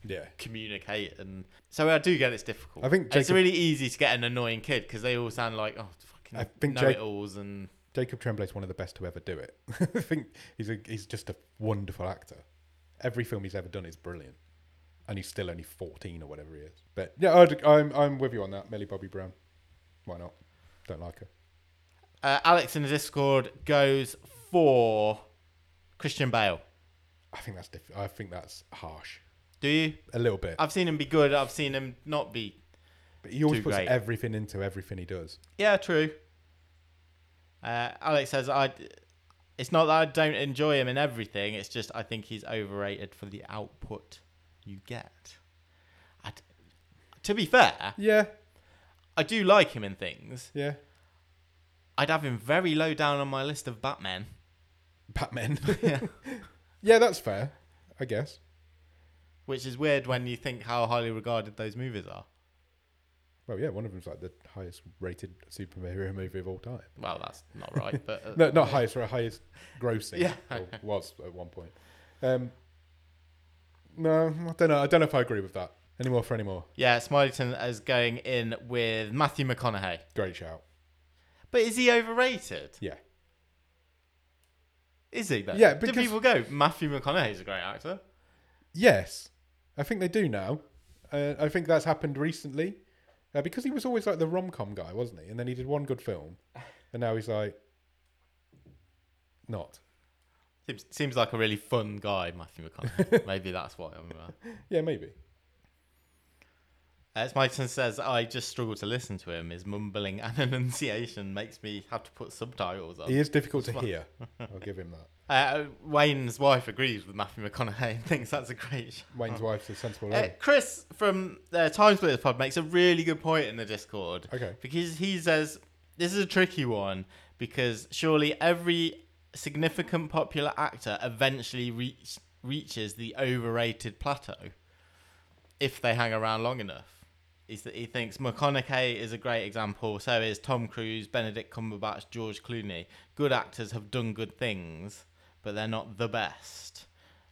[SPEAKER 1] Yeah.
[SPEAKER 2] communicate and so I do get it's difficult.
[SPEAKER 1] I think
[SPEAKER 2] it's
[SPEAKER 1] Jacob-
[SPEAKER 2] really easy to get an annoying kid because they all sound like oh fucking
[SPEAKER 1] I think Jac-
[SPEAKER 2] know-it-alls and
[SPEAKER 1] Jacob Tremblay's one of the best to ever do it. I think he's a, he's just a wonderful actor. Every film he's ever done is brilliant, and he's still only fourteen or whatever he is. But yeah, I'd, I'm I'm with you on that. Millie Bobby Brown, why not? Don't like her.
[SPEAKER 2] uh, Alex in the Discord goes for Christian Bale.
[SPEAKER 1] I think that's diff- I think that's harsh
[SPEAKER 2] Do you?
[SPEAKER 1] a little bit.
[SPEAKER 2] I've seen him be good. I've seen him not be.
[SPEAKER 1] But he always
[SPEAKER 2] too
[SPEAKER 1] puts
[SPEAKER 2] great.
[SPEAKER 1] everything into everything he does.
[SPEAKER 2] Yeah, true. Uh, Alex says I. It's not that I don't enjoy him in everything. It's just I think he's overrated for the output you get. I d- to be fair,
[SPEAKER 1] Yeah,
[SPEAKER 2] I do like him in things.
[SPEAKER 1] yeah.
[SPEAKER 2] I'd have him very low down on my list of Batman.
[SPEAKER 1] Batman.
[SPEAKER 2] Yeah.
[SPEAKER 1] yeah, that's fair. I guess.
[SPEAKER 2] Which is weird when you think how highly regarded those movies are.
[SPEAKER 1] Well, yeah, one of them's like the highest rated superhero movie of all time.
[SPEAKER 2] Well, that's not right, but uh,
[SPEAKER 1] No, not highest, right? Highest grossing.
[SPEAKER 2] Yeah.
[SPEAKER 1] or was at one point. Um, no, I don't know. I don't know if I agree with that anymore. For anymore,
[SPEAKER 2] yeah, Smileyton is going in with Matthew McConaughey.
[SPEAKER 1] great shout.
[SPEAKER 2] But is he overrated?
[SPEAKER 1] Yeah,
[SPEAKER 2] Is he though?
[SPEAKER 1] Yeah,
[SPEAKER 2] do
[SPEAKER 1] because-
[SPEAKER 2] people go Matthew McConaughey's a great actor?
[SPEAKER 1] yes, I think they do now. Uh, I think that's happened recently uh, because he was always like the rom com guy, wasn't he? And then he did one good film, and now he's like not.
[SPEAKER 2] Seems, seems like a really fun guy, Matthew McConaughey. Maybe that's why. I'm, uh,
[SPEAKER 1] Yeah, maybe.
[SPEAKER 2] As Myton says, I just struggle to listen to him. His mumbling and enunciation makes me have to put subtitles on.
[SPEAKER 1] He is difficult to hear. I'll give him that.
[SPEAKER 2] Uh, Wayne's wife agrees with Matthew McConaughey and thinks that's a great show.
[SPEAKER 1] Wayne's wife's a sensible
[SPEAKER 2] Uh,
[SPEAKER 1] lady.
[SPEAKER 2] Chris from uh, Time Splitters Pod makes a really good point in the Discord.
[SPEAKER 1] Okay.
[SPEAKER 2] Because he says, this is a tricky one because surely every significant popular actor eventually reach, reaches the overrated plateau if they hang around long enough. He's th- he thinks McConaughey is a great example, so is Tom Cruise, Benedict Cumberbatch, George Clooney. Good actors have done good things, but they're not the best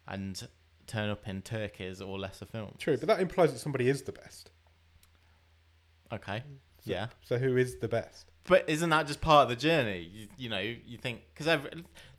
[SPEAKER 2] and turn up in turkeys or lesser films.
[SPEAKER 1] True, but that implies that somebody is the best.
[SPEAKER 2] Okay. Yeah.
[SPEAKER 1] So who is the best?
[SPEAKER 2] But isn't that just part of the journey? You, you know, you think because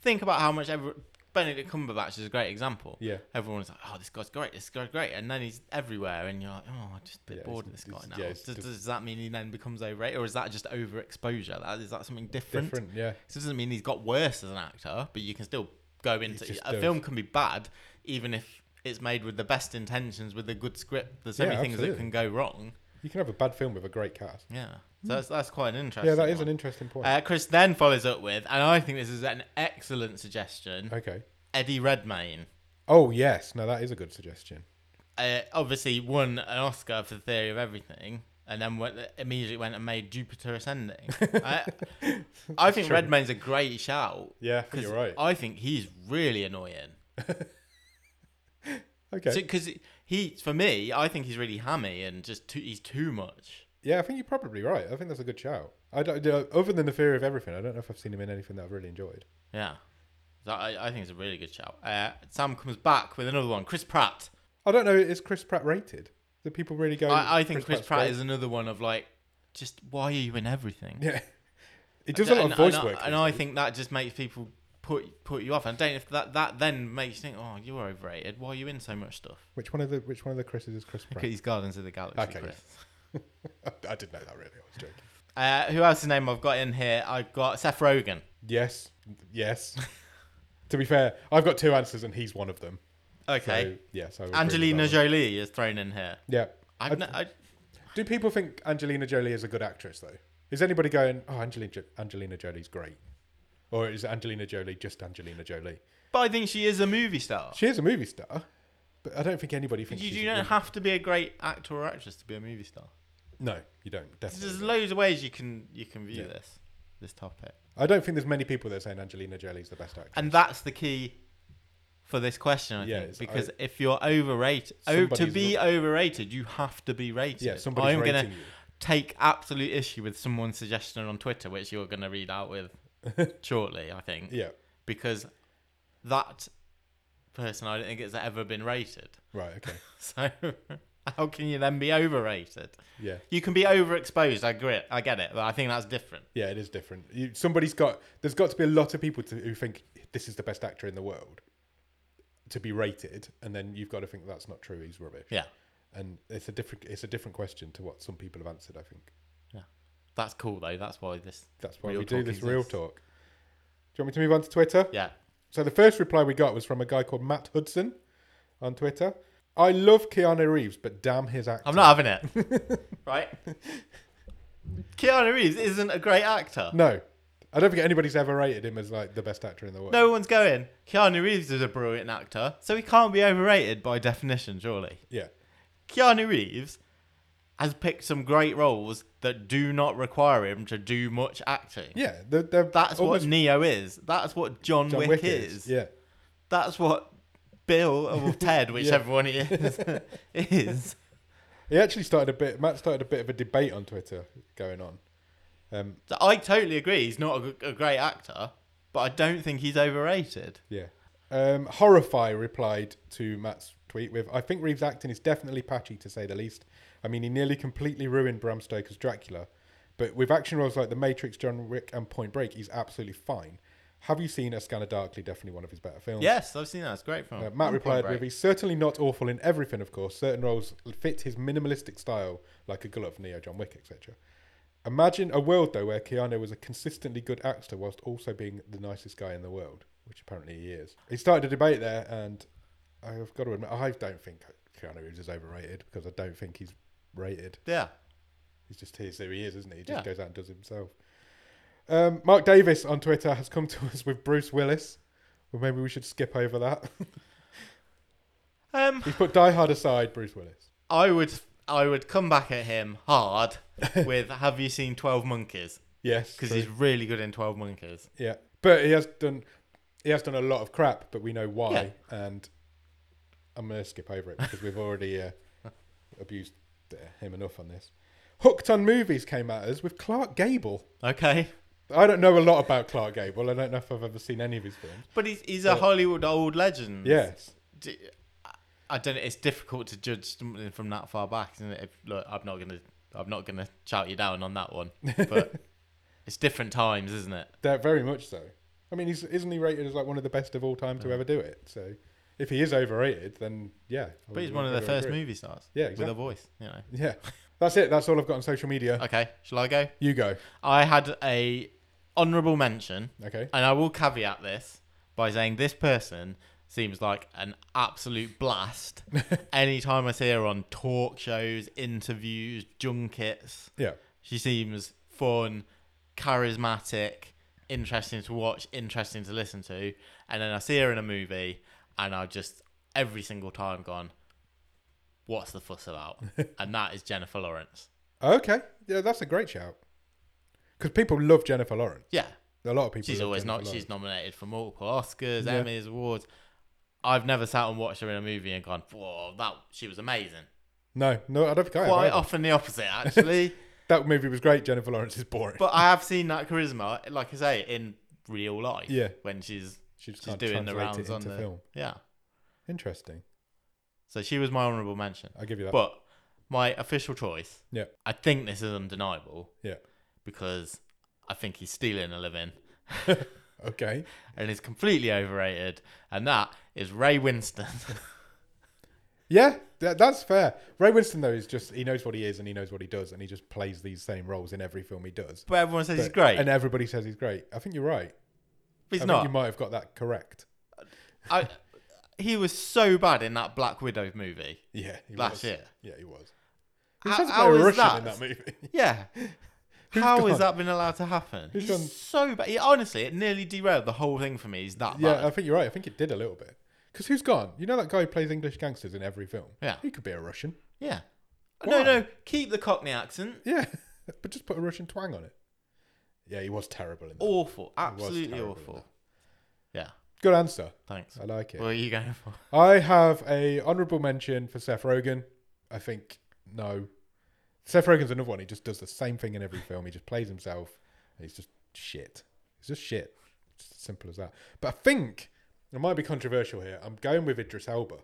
[SPEAKER 2] think about how much every Benedict Cumberbatch is a great example.
[SPEAKER 1] Yeah.
[SPEAKER 2] Everyone's like, oh, this guy's great, this guy's great, and then he's everywhere, and you're like, oh, I'm just a bit
[SPEAKER 1] Yeah,
[SPEAKER 2] bored of
[SPEAKER 1] it's-
[SPEAKER 2] this guy
[SPEAKER 1] it's-
[SPEAKER 2] now.
[SPEAKER 1] yeah, it's
[SPEAKER 2] does,
[SPEAKER 1] diff-
[SPEAKER 2] does that mean he then becomes overrated, or is that just overexposure? That is that something different?
[SPEAKER 1] Different, yeah.
[SPEAKER 2] This doesn't mean he's got worse as an actor, but you can still go into
[SPEAKER 1] just
[SPEAKER 2] a
[SPEAKER 1] does.
[SPEAKER 2] film can be bad even if it's made with the best intentions, with a good script. There's so
[SPEAKER 1] Yeah,
[SPEAKER 2] many things
[SPEAKER 1] absolutely.
[SPEAKER 2] that can go wrong.
[SPEAKER 1] You can have a bad film with a great cast.
[SPEAKER 2] Yeah, so that's that's quite an interesting.
[SPEAKER 1] Yeah, that is
[SPEAKER 2] one.
[SPEAKER 1] an interesting point.
[SPEAKER 2] Uh, Chris then follows up with, and I think this is an excellent suggestion
[SPEAKER 1] okay.
[SPEAKER 2] Eddie Redmayne.
[SPEAKER 1] Oh yes, no, that is a good suggestion.
[SPEAKER 2] Uh, obviously, won an Oscar for The Theory of Everything, and then went, immediately went and made Jupiter Ascending. I, I think
[SPEAKER 1] true.
[SPEAKER 2] Redmayne's a great shout.
[SPEAKER 1] Yeah, I think
[SPEAKER 2] 'cause
[SPEAKER 1] you're right.
[SPEAKER 2] I think he's really annoying.
[SPEAKER 1] Okay.
[SPEAKER 2] Because he, for me, I think he's really hammy and just too, he's too much.
[SPEAKER 1] yeah, I think you're probably right. I think that's a good shout. I don't, uh, other than the theory of everything, I don't know if I've seen him in anything that I've really enjoyed.
[SPEAKER 2] Yeah. So I, I think it's a really good shout. Uh, Sam comes back with another one Chris Pratt.
[SPEAKER 1] I don't know. Is Chris Pratt rated? Do people really go?
[SPEAKER 2] I, I think Chris,
[SPEAKER 1] Pratt's
[SPEAKER 2] Pratt
[SPEAKER 1] great?
[SPEAKER 2] is another one of like, just why are you in everything?
[SPEAKER 1] Yeah. He does a lot
[SPEAKER 2] And-
[SPEAKER 1] of voice
[SPEAKER 2] and, I-
[SPEAKER 1] work.
[SPEAKER 2] and I think that just makes people put put you off. And I don't know if that that then makes you think, oh, you're overrated. Why are you in so much stuff?
[SPEAKER 1] which one of the which one of the Chris's is Chris
[SPEAKER 2] Look at
[SPEAKER 1] Pratt?
[SPEAKER 2] these Guardians of the Galaxy.
[SPEAKER 1] Okay,
[SPEAKER 2] Chris.
[SPEAKER 1] I didn't know that really. I was joking.
[SPEAKER 2] Uh, who else's name I've got in here? I've got Seth Rogen.
[SPEAKER 1] Yes, yes. to be fair, I've got two answers, and he's one of them.
[SPEAKER 2] Okay.
[SPEAKER 1] So, yes, I would agree with
[SPEAKER 2] Angelina
[SPEAKER 1] that one.
[SPEAKER 2] Jolie is thrown in here.
[SPEAKER 1] Yeah.
[SPEAKER 2] I've no, I,
[SPEAKER 1] Do people think Angelina Jolie is a good actress though? Is anybody going, "Oh, Angelina jo- Angelina Jolie's great," or is Angelina Jolie just Angelina Jolie?
[SPEAKER 2] but I think she is a movie star.
[SPEAKER 1] She is a movie star, but I don't think anybody thinks
[SPEAKER 2] You,
[SPEAKER 1] she's.
[SPEAKER 2] you
[SPEAKER 1] a
[SPEAKER 2] don't
[SPEAKER 1] movie-
[SPEAKER 2] have to be a great actor or actress to be a movie star.
[SPEAKER 1] No, you don't. Definitely.
[SPEAKER 2] There's
[SPEAKER 1] don't.
[SPEAKER 2] loads of ways you can you can view
[SPEAKER 1] Yeah.
[SPEAKER 2] this this topic.
[SPEAKER 1] I don't think there's many people that are saying Angelina Jolie's the best actress.
[SPEAKER 2] And that's the key for this question, I
[SPEAKER 1] Yeah,
[SPEAKER 2] think,
[SPEAKER 1] it's-
[SPEAKER 2] because if you're overrated, oh, to
[SPEAKER 1] Somebody's
[SPEAKER 2] be overrated, you have to be rated.
[SPEAKER 1] yeah, somebody's
[SPEAKER 2] I'm
[SPEAKER 1] rating
[SPEAKER 2] gonna
[SPEAKER 1] you.
[SPEAKER 2] take absolute issue with someone's suggestion on Twitter, which you're going to read out with shortly, I think,
[SPEAKER 1] Yeah,
[SPEAKER 2] because that person I don't think has ever been rated.
[SPEAKER 1] right. Okay.
[SPEAKER 2] So how can you then be overrated?
[SPEAKER 1] Yeah,
[SPEAKER 2] You can be overexposed. I agree. I get it, but I think that's different.
[SPEAKER 1] yeah, it is different. You, somebody's got. There's got to be a lot of people to, who think this is the best actor in the world to be rated, and then you've got to think that's not true. He's rubbish.
[SPEAKER 2] Yeah,
[SPEAKER 1] and it's a different it's a different question to what some people have answered. I think
[SPEAKER 2] that's cool though. That's why this.
[SPEAKER 1] that's why
[SPEAKER 2] Real
[SPEAKER 1] we do
[SPEAKER 2] talk
[SPEAKER 1] this real
[SPEAKER 2] exists.
[SPEAKER 1] talk. Do you want me to move on to Twitter?
[SPEAKER 2] Yeah,
[SPEAKER 1] So the first reply we got was from a guy called Matt Hudson on Twitter. I love Keanu Reeves, but damn his acting.
[SPEAKER 2] I'm not having it. right? Keanu Reeves isn't a great actor.
[SPEAKER 1] No, I don't think anybody's ever rated him as like the best actor in the world.
[SPEAKER 2] No one's going. Keanu Reeves is a brilliant actor, so he can't be overrated by definition, surely.
[SPEAKER 1] Yeah.
[SPEAKER 2] Keanu Reeves has picked some great roles that do not require him to do much acting.
[SPEAKER 1] Yeah, they're, they're
[SPEAKER 2] That's
[SPEAKER 1] almost
[SPEAKER 2] what Neo is. That's what John,
[SPEAKER 1] John
[SPEAKER 2] Wick,
[SPEAKER 1] Wick
[SPEAKER 2] is.
[SPEAKER 1] Yeah,
[SPEAKER 2] That's what Bill or Ted, whichever one he is, is.
[SPEAKER 1] he actually started a bit. Matt started a bit of a debate on Twitter going on. Um,
[SPEAKER 2] I totally agree. He's not a, a great actor, but I don't think he's overrated.
[SPEAKER 1] yeah, um, horrify replied to Matt's tweet with, "I think Reeves' acting is definitely patchy to say the least. I mean, he nearly completely ruined Bram Stoker's Dracula, but with action roles like The Matrix, John Wick, and Point Break, he's absolutely fine. Have you seen A Scanner Darkly? Definitely one of his better films.
[SPEAKER 2] Yes, I've seen that. It's a great film.
[SPEAKER 1] Uh, Matt
[SPEAKER 2] Point
[SPEAKER 1] replied
[SPEAKER 2] Break.
[SPEAKER 1] with, "He's certainly not awful in everything, of course. Certain roles fit his minimalistic style, like a glove, Neo, John Wick, etc. Imagine a world though where Keanu was a consistently good actor whilst also being the nicest guy in the world, which apparently he is." He started a debate there, and I've got to admit, I don't think Keanu Reeves is overrated because I don't think he's rated.
[SPEAKER 2] Yeah.
[SPEAKER 1] He's just here's who he is, isn't he? He just
[SPEAKER 2] Yeah.
[SPEAKER 1] goes out and does it himself. Um, Mark Davis on Twitter has come to us with Bruce Willis. Well, maybe we should skip over that.
[SPEAKER 2] Um,
[SPEAKER 1] He's put Die Hard aside, Bruce Willis.
[SPEAKER 2] I would I would come back at him hard with Have you seen Twelve Monkeys?
[SPEAKER 1] Yes,
[SPEAKER 2] Because
[SPEAKER 1] true.
[SPEAKER 2] he's really good in Twelve Monkeys.
[SPEAKER 1] yeah, but he has done he has done a lot of crap, but we know why. And I'm gonna skip over it because we've already uh, abused uh, him enough on this. Hooked on movies came at us with Clark Gable.
[SPEAKER 2] Okay,
[SPEAKER 1] I don't know a lot about Clark Gable. I don't know if I've ever seen any of his films.
[SPEAKER 2] but he's he's a
[SPEAKER 1] But-
[SPEAKER 2] Hollywood old legend.
[SPEAKER 1] Yes,
[SPEAKER 2] D- I- I don't. It's difficult to judge something from that far back, isn't it? If, look, I'm not gonna I'm not gonna shout you down on that one, but it's different times, isn't it?
[SPEAKER 1] they're very much so. I mean, he's, isn't he rated as like one of the best of all time
[SPEAKER 2] Mm.
[SPEAKER 1] to ever do it? So, if he is overrated, then yeah. I
[SPEAKER 2] But he's
[SPEAKER 1] would
[SPEAKER 2] one of the
[SPEAKER 1] very
[SPEAKER 2] first
[SPEAKER 1] agree.
[SPEAKER 2] movie stars.
[SPEAKER 1] Yeah,
[SPEAKER 2] with
[SPEAKER 1] exactly.
[SPEAKER 2] a voice. You know.
[SPEAKER 1] Yeah, that's it. That's all I've got on social media.
[SPEAKER 2] Okay, shall I go?
[SPEAKER 1] You go.
[SPEAKER 2] I had a honourable mention.
[SPEAKER 1] Okay.
[SPEAKER 2] And I will caveat this by saying this person seems like an absolute blast. Anytime I see her on talk shows, interviews, junkets,
[SPEAKER 1] Yeah.
[SPEAKER 2] she seems fun, charismatic, interesting to watch, interesting to listen to. And then I see her in a movie, and I just every single time gone, what's the fuss about? and that is Jennifer Lawrence.
[SPEAKER 1] Okay. Yeah, that's a great shout. Because people love Jennifer Lawrence.
[SPEAKER 2] Yeah,
[SPEAKER 1] A lot of people.
[SPEAKER 2] She's
[SPEAKER 1] love
[SPEAKER 2] always
[SPEAKER 1] Jennifer
[SPEAKER 2] not.
[SPEAKER 1] Lawrence.
[SPEAKER 2] She's nominated for multiple Oscars,
[SPEAKER 1] Yeah.
[SPEAKER 2] Emmys, awards. I've never sat and watched her in a movie and gone, "Whoa, that she was amazing."
[SPEAKER 1] No, no, I don't think I have
[SPEAKER 2] Quite
[SPEAKER 1] either.
[SPEAKER 2] often the opposite, actually.
[SPEAKER 1] That movie was great. Jennifer Lawrence is boring.
[SPEAKER 2] but I have seen that charisma, like I say, in real life.
[SPEAKER 1] Yeah.
[SPEAKER 2] when she's
[SPEAKER 1] she just
[SPEAKER 2] she's
[SPEAKER 1] can't
[SPEAKER 2] doing the
[SPEAKER 1] translate it
[SPEAKER 2] rounds on
[SPEAKER 1] into
[SPEAKER 2] the
[SPEAKER 1] film.
[SPEAKER 2] yeah.
[SPEAKER 1] Interesting.
[SPEAKER 2] So she was my honourable mention.
[SPEAKER 1] I'll give you that.
[SPEAKER 2] But my official choice,
[SPEAKER 1] yeah.
[SPEAKER 2] I think this is undeniable
[SPEAKER 1] Yeah.
[SPEAKER 2] because I think he's stealing a living
[SPEAKER 1] Okay.
[SPEAKER 2] and is completely overrated, and that is Ray Winston.
[SPEAKER 1] Yeah, that, that's fair. Ray Winston, though, is just, he knows what he is and he knows what he does and he just plays these same roles in every film he does.
[SPEAKER 2] but everyone says he's
[SPEAKER 1] But-
[SPEAKER 2] great.
[SPEAKER 1] And everybody says he's great. I think you're right.
[SPEAKER 2] But he's
[SPEAKER 1] I
[SPEAKER 2] not.
[SPEAKER 1] think you might have got that correct.
[SPEAKER 2] I, he was so bad in that Black Widow movie.
[SPEAKER 1] Yeah. He
[SPEAKER 2] Last
[SPEAKER 1] was.
[SPEAKER 2] year.
[SPEAKER 1] Yeah, he was. He
[SPEAKER 2] How-
[SPEAKER 1] sounds like
[SPEAKER 2] how
[SPEAKER 1] a
[SPEAKER 2] is
[SPEAKER 1] Russian
[SPEAKER 2] that?
[SPEAKER 1] in that movie.
[SPEAKER 2] Yeah. How has
[SPEAKER 1] gone?
[SPEAKER 2] that been allowed to happen?
[SPEAKER 1] Who's
[SPEAKER 2] He's
[SPEAKER 1] gone?
[SPEAKER 2] so bad. He, honestly, it nearly derailed the whole thing for me. He's that
[SPEAKER 1] Yeah, uh, I
[SPEAKER 2] bad.
[SPEAKER 1] think you're right. I think it did a little bit. Because who's gone? You know that guy who plays English gangsters in every film?
[SPEAKER 2] Yeah.
[SPEAKER 1] He could be a Russian.
[SPEAKER 2] Yeah.
[SPEAKER 1] Why?
[SPEAKER 2] No, no. Keep the Cockney accent.
[SPEAKER 1] Yeah. but just put a Russian twang on it. Yeah, he was terrible in that.
[SPEAKER 2] Awful.
[SPEAKER 1] was
[SPEAKER 2] Absolutely
[SPEAKER 1] terrible Uh, in
[SPEAKER 2] awful. Yeah.
[SPEAKER 1] Good answer.
[SPEAKER 2] Thanks.
[SPEAKER 1] I like it.
[SPEAKER 2] What are you going for?
[SPEAKER 1] I have a honourable mention for Seth Rogen. I think, no. Seth Rogen's another one. He just does the same thing in every film. He just plays himself. And he's just shit. He's just shit. It's as simple as that. But I think, it might be controversial here, I'm going with Idris Elba.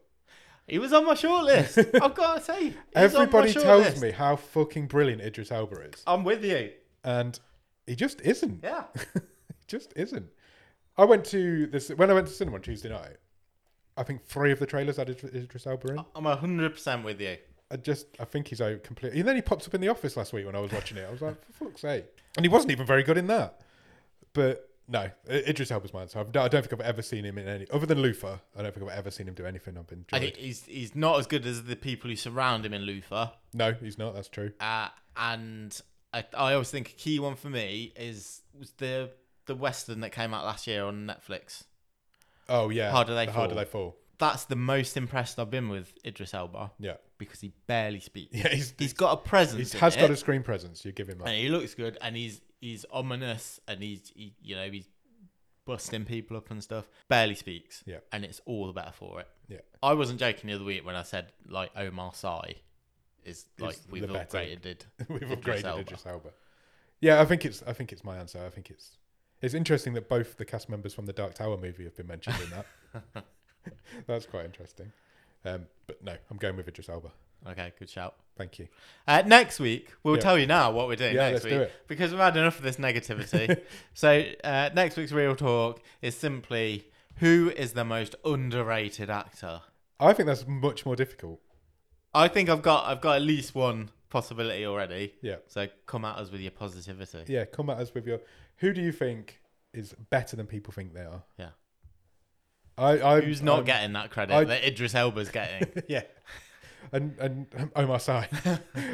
[SPEAKER 2] He was on my shortlist. I've got to say. he's
[SPEAKER 1] Everybody
[SPEAKER 2] on my
[SPEAKER 1] tells
[SPEAKER 2] shortlist.
[SPEAKER 1] me how fucking brilliant Idris Elba is.
[SPEAKER 2] I'm with you.
[SPEAKER 1] and he just isn't.
[SPEAKER 2] Yeah.
[SPEAKER 1] he just isn't. I went to this when I went to cinema on Tuesday night. I think three of the trailers had Idris- Idris Elba in.
[SPEAKER 2] I'm 100% with you.
[SPEAKER 1] I just, I think he's out completely. And then he pops up in the office last week when I was watching it. I was like, for fuck's sake! And he wasn't even very good in that. But no, I- Idris Elba's mine. So I've, I don't think I've ever seen him in any other than Lufa. I don't think I've ever seen him do anything. I've been
[SPEAKER 2] And he- he's, he's not as good as the people who surround him in Luther.
[SPEAKER 1] no, he's not. That's true.
[SPEAKER 2] Uh, and I, I always think a key one for me is was the the western that came out last year on Netflix.
[SPEAKER 1] Oh yeah,
[SPEAKER 2] Harder They
[SPEAKER 1] The Harder
[SPEAKER 2] Fall.
[SPEAKER 1] they fall.
[SPEAKER 2] That's the most impressed I've been with Idris Elba.
[SPEAKER 1] Yeah,
[SPEAKER 2] because he barely speaks.
[SPEAKER 1] Yeah, he's,
[SPEAKER 2] He's got a presence.
[SPEAKER 1] he's
[SPEAKER 2] in
[SPEAKER 1] has
[SPEAKER 2] it,
[SPEAKER 1] got a screen presence. You give him
[SPEAKER 2] and
[SPEAKER 1] that.
[SPEAKER 2] he looks good, and he's he's ominous, and he's he, you know he's busting people up and stuff. Barely speaks.
[SPEAKER 1] Yeah.
[SPEAKER 2] and it's all the better for it.
[SPEAKER 1] Yeah.
[SPEAKER 2] I wasn't joking the other week when I said like Omar Sy is like
[SPEAKER 1] the
[SPEAKER 2] we've
[SPEAKER 1] better.
[SPEAKER 2] upgraded it.
[SPEAKER 1] We've
[SPEAKER 2] Idris
[SPEAKER 1] upgraded
[SPEAKER 2] Elba.
[SPEAKER 1] Idris Elba. Yeah, I think it's I think it's my answer. I think it's it's interesting that both the cast members from the Dark Tower movie have been mentioned in that. That's quite interesting. Um, but no, I'm going with Idris Elba.
[SPEAKER 2] Okay, good shout.
[SPEAKER 1] Thank you.
[SPEAKER 2] Uh, next week, we'll
[SPEAKER 1] Yeah.
[SPEAKER 2] tell you now what we're doing
[SPEAKER 1] Yeah,
[SPEAKER 2] next
[SPEAKER 1] let's do
[SPEAKER 2] week
[SPEAKER 1] it.
[SPEAKER 2] because we've had enough of this negativity. so, uh, next week's Real Talk is simply who is the most underrated actor?
[SPEAKER 1] I think that's much more difficult.
[SPEAKER 2] I think I've got I've got at least one possibility already.
[SPEAKER 1] Yeah.
[SPEAKER 2] So, come at us with your positivity.
[SPEAKER 1] Yeah, come at us with your who do you think is better than people think they are?
[SPEAKER 2] Yeah.
[SPEAKER 1] I, I
[SPEAKER 2] Who's not
[SPEAKER 1] I'm-
[SPEAKER 2] getting that credit
[SPEAKER 1] I-
[SPEAKER 2] that Idris Elba's getting?
[SPEAKER 1] Yeah. And and um, Omar Sy.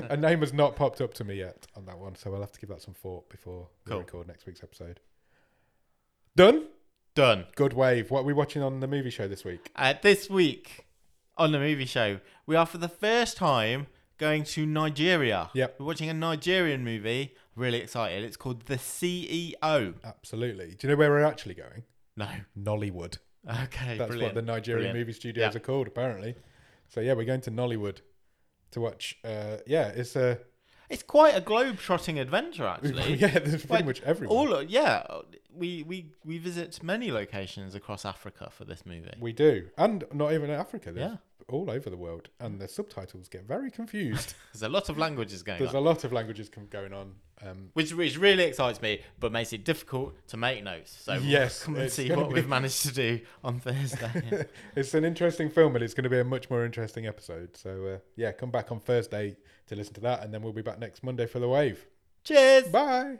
[SPEAKER 1] a name has not popped up to me yet on that one, so I'll have to give that some thought before
[SPEAKER 2] Cool.
[SPEAKER 1] we record next week's episode. Done?
[SPEAKER 2] Done.
[SPEAKER 1] Good wave. What are we watching on the movie show this week?
[SPEAKER 2] Uh, this week on the movie show, we are for the first time going to Nigeria.
[SPEAKER 1] Yep.
[SPEAKER 2] We're watching a Nigerian movie. Really excited. It's called The CEO.
[SPEAKER 1] Absolutely. Do you know where we're actually going?
[SPEAKER 2] No.
[SPEAKER 1] Nollywood.
[SPEAKER 2] Okay.
[SPEAKER 1] That's what
[SPEAKER 2] brilliant.
[SPEAKER 1] the Nigerian
[SPEAKER 2] Brilliant.
[SPEAKER 1] movie studios
[SPEAKER 2] Yeah.
[SPEAKER 1] are called, apparently. So yeah, we're going to Nollywood to watch. Uh, yeah, it's a
[SPEAKER 2] It's quite a globe-trotting adventure, actually.
[SPEAKER 1] yeah. There's pretty
[SPEAKER 2] Like,
[SPEAKER 1] much everywhere.
[SPEAKER 2] All yeah, we, we we visit many locations across Africa for this movie.
[SPEAKER 1] We do, and not even in Africa. There's
[SPEAKER 2] Yeah.
[SPEAKER 1] all over the world, and the subtitles get very confused.
[SPEAKER 2] There's a lot of languages going
[SPEAKER 1] There's
[SPEAKER 2] on,
[SPEAKER 1] a lot of languages com- going on. Um,
[SPEAKER 2] which which really excites me, but makes it difficult to make notes. So
[SPEAKER 1] Yes,
[SPEAKER 2] come and
[SPEAKER 1] it's
[SPEAKER 2] see
[SPEAKER 1] gonna
[SPEAKER 2] what
[SPEAKER 1] be-
[SPEAKER 2] we've managed to do on Thursday.
[SPEAKER 1] it's an interesting film, and it's going to be a much more interesting episode. So uh, yeah, come back on Thursday to listen to that, and then we'll be back next Monday for the wave.
[SPEAKER 2] Cheers.
[SPEAKER 1] Bye.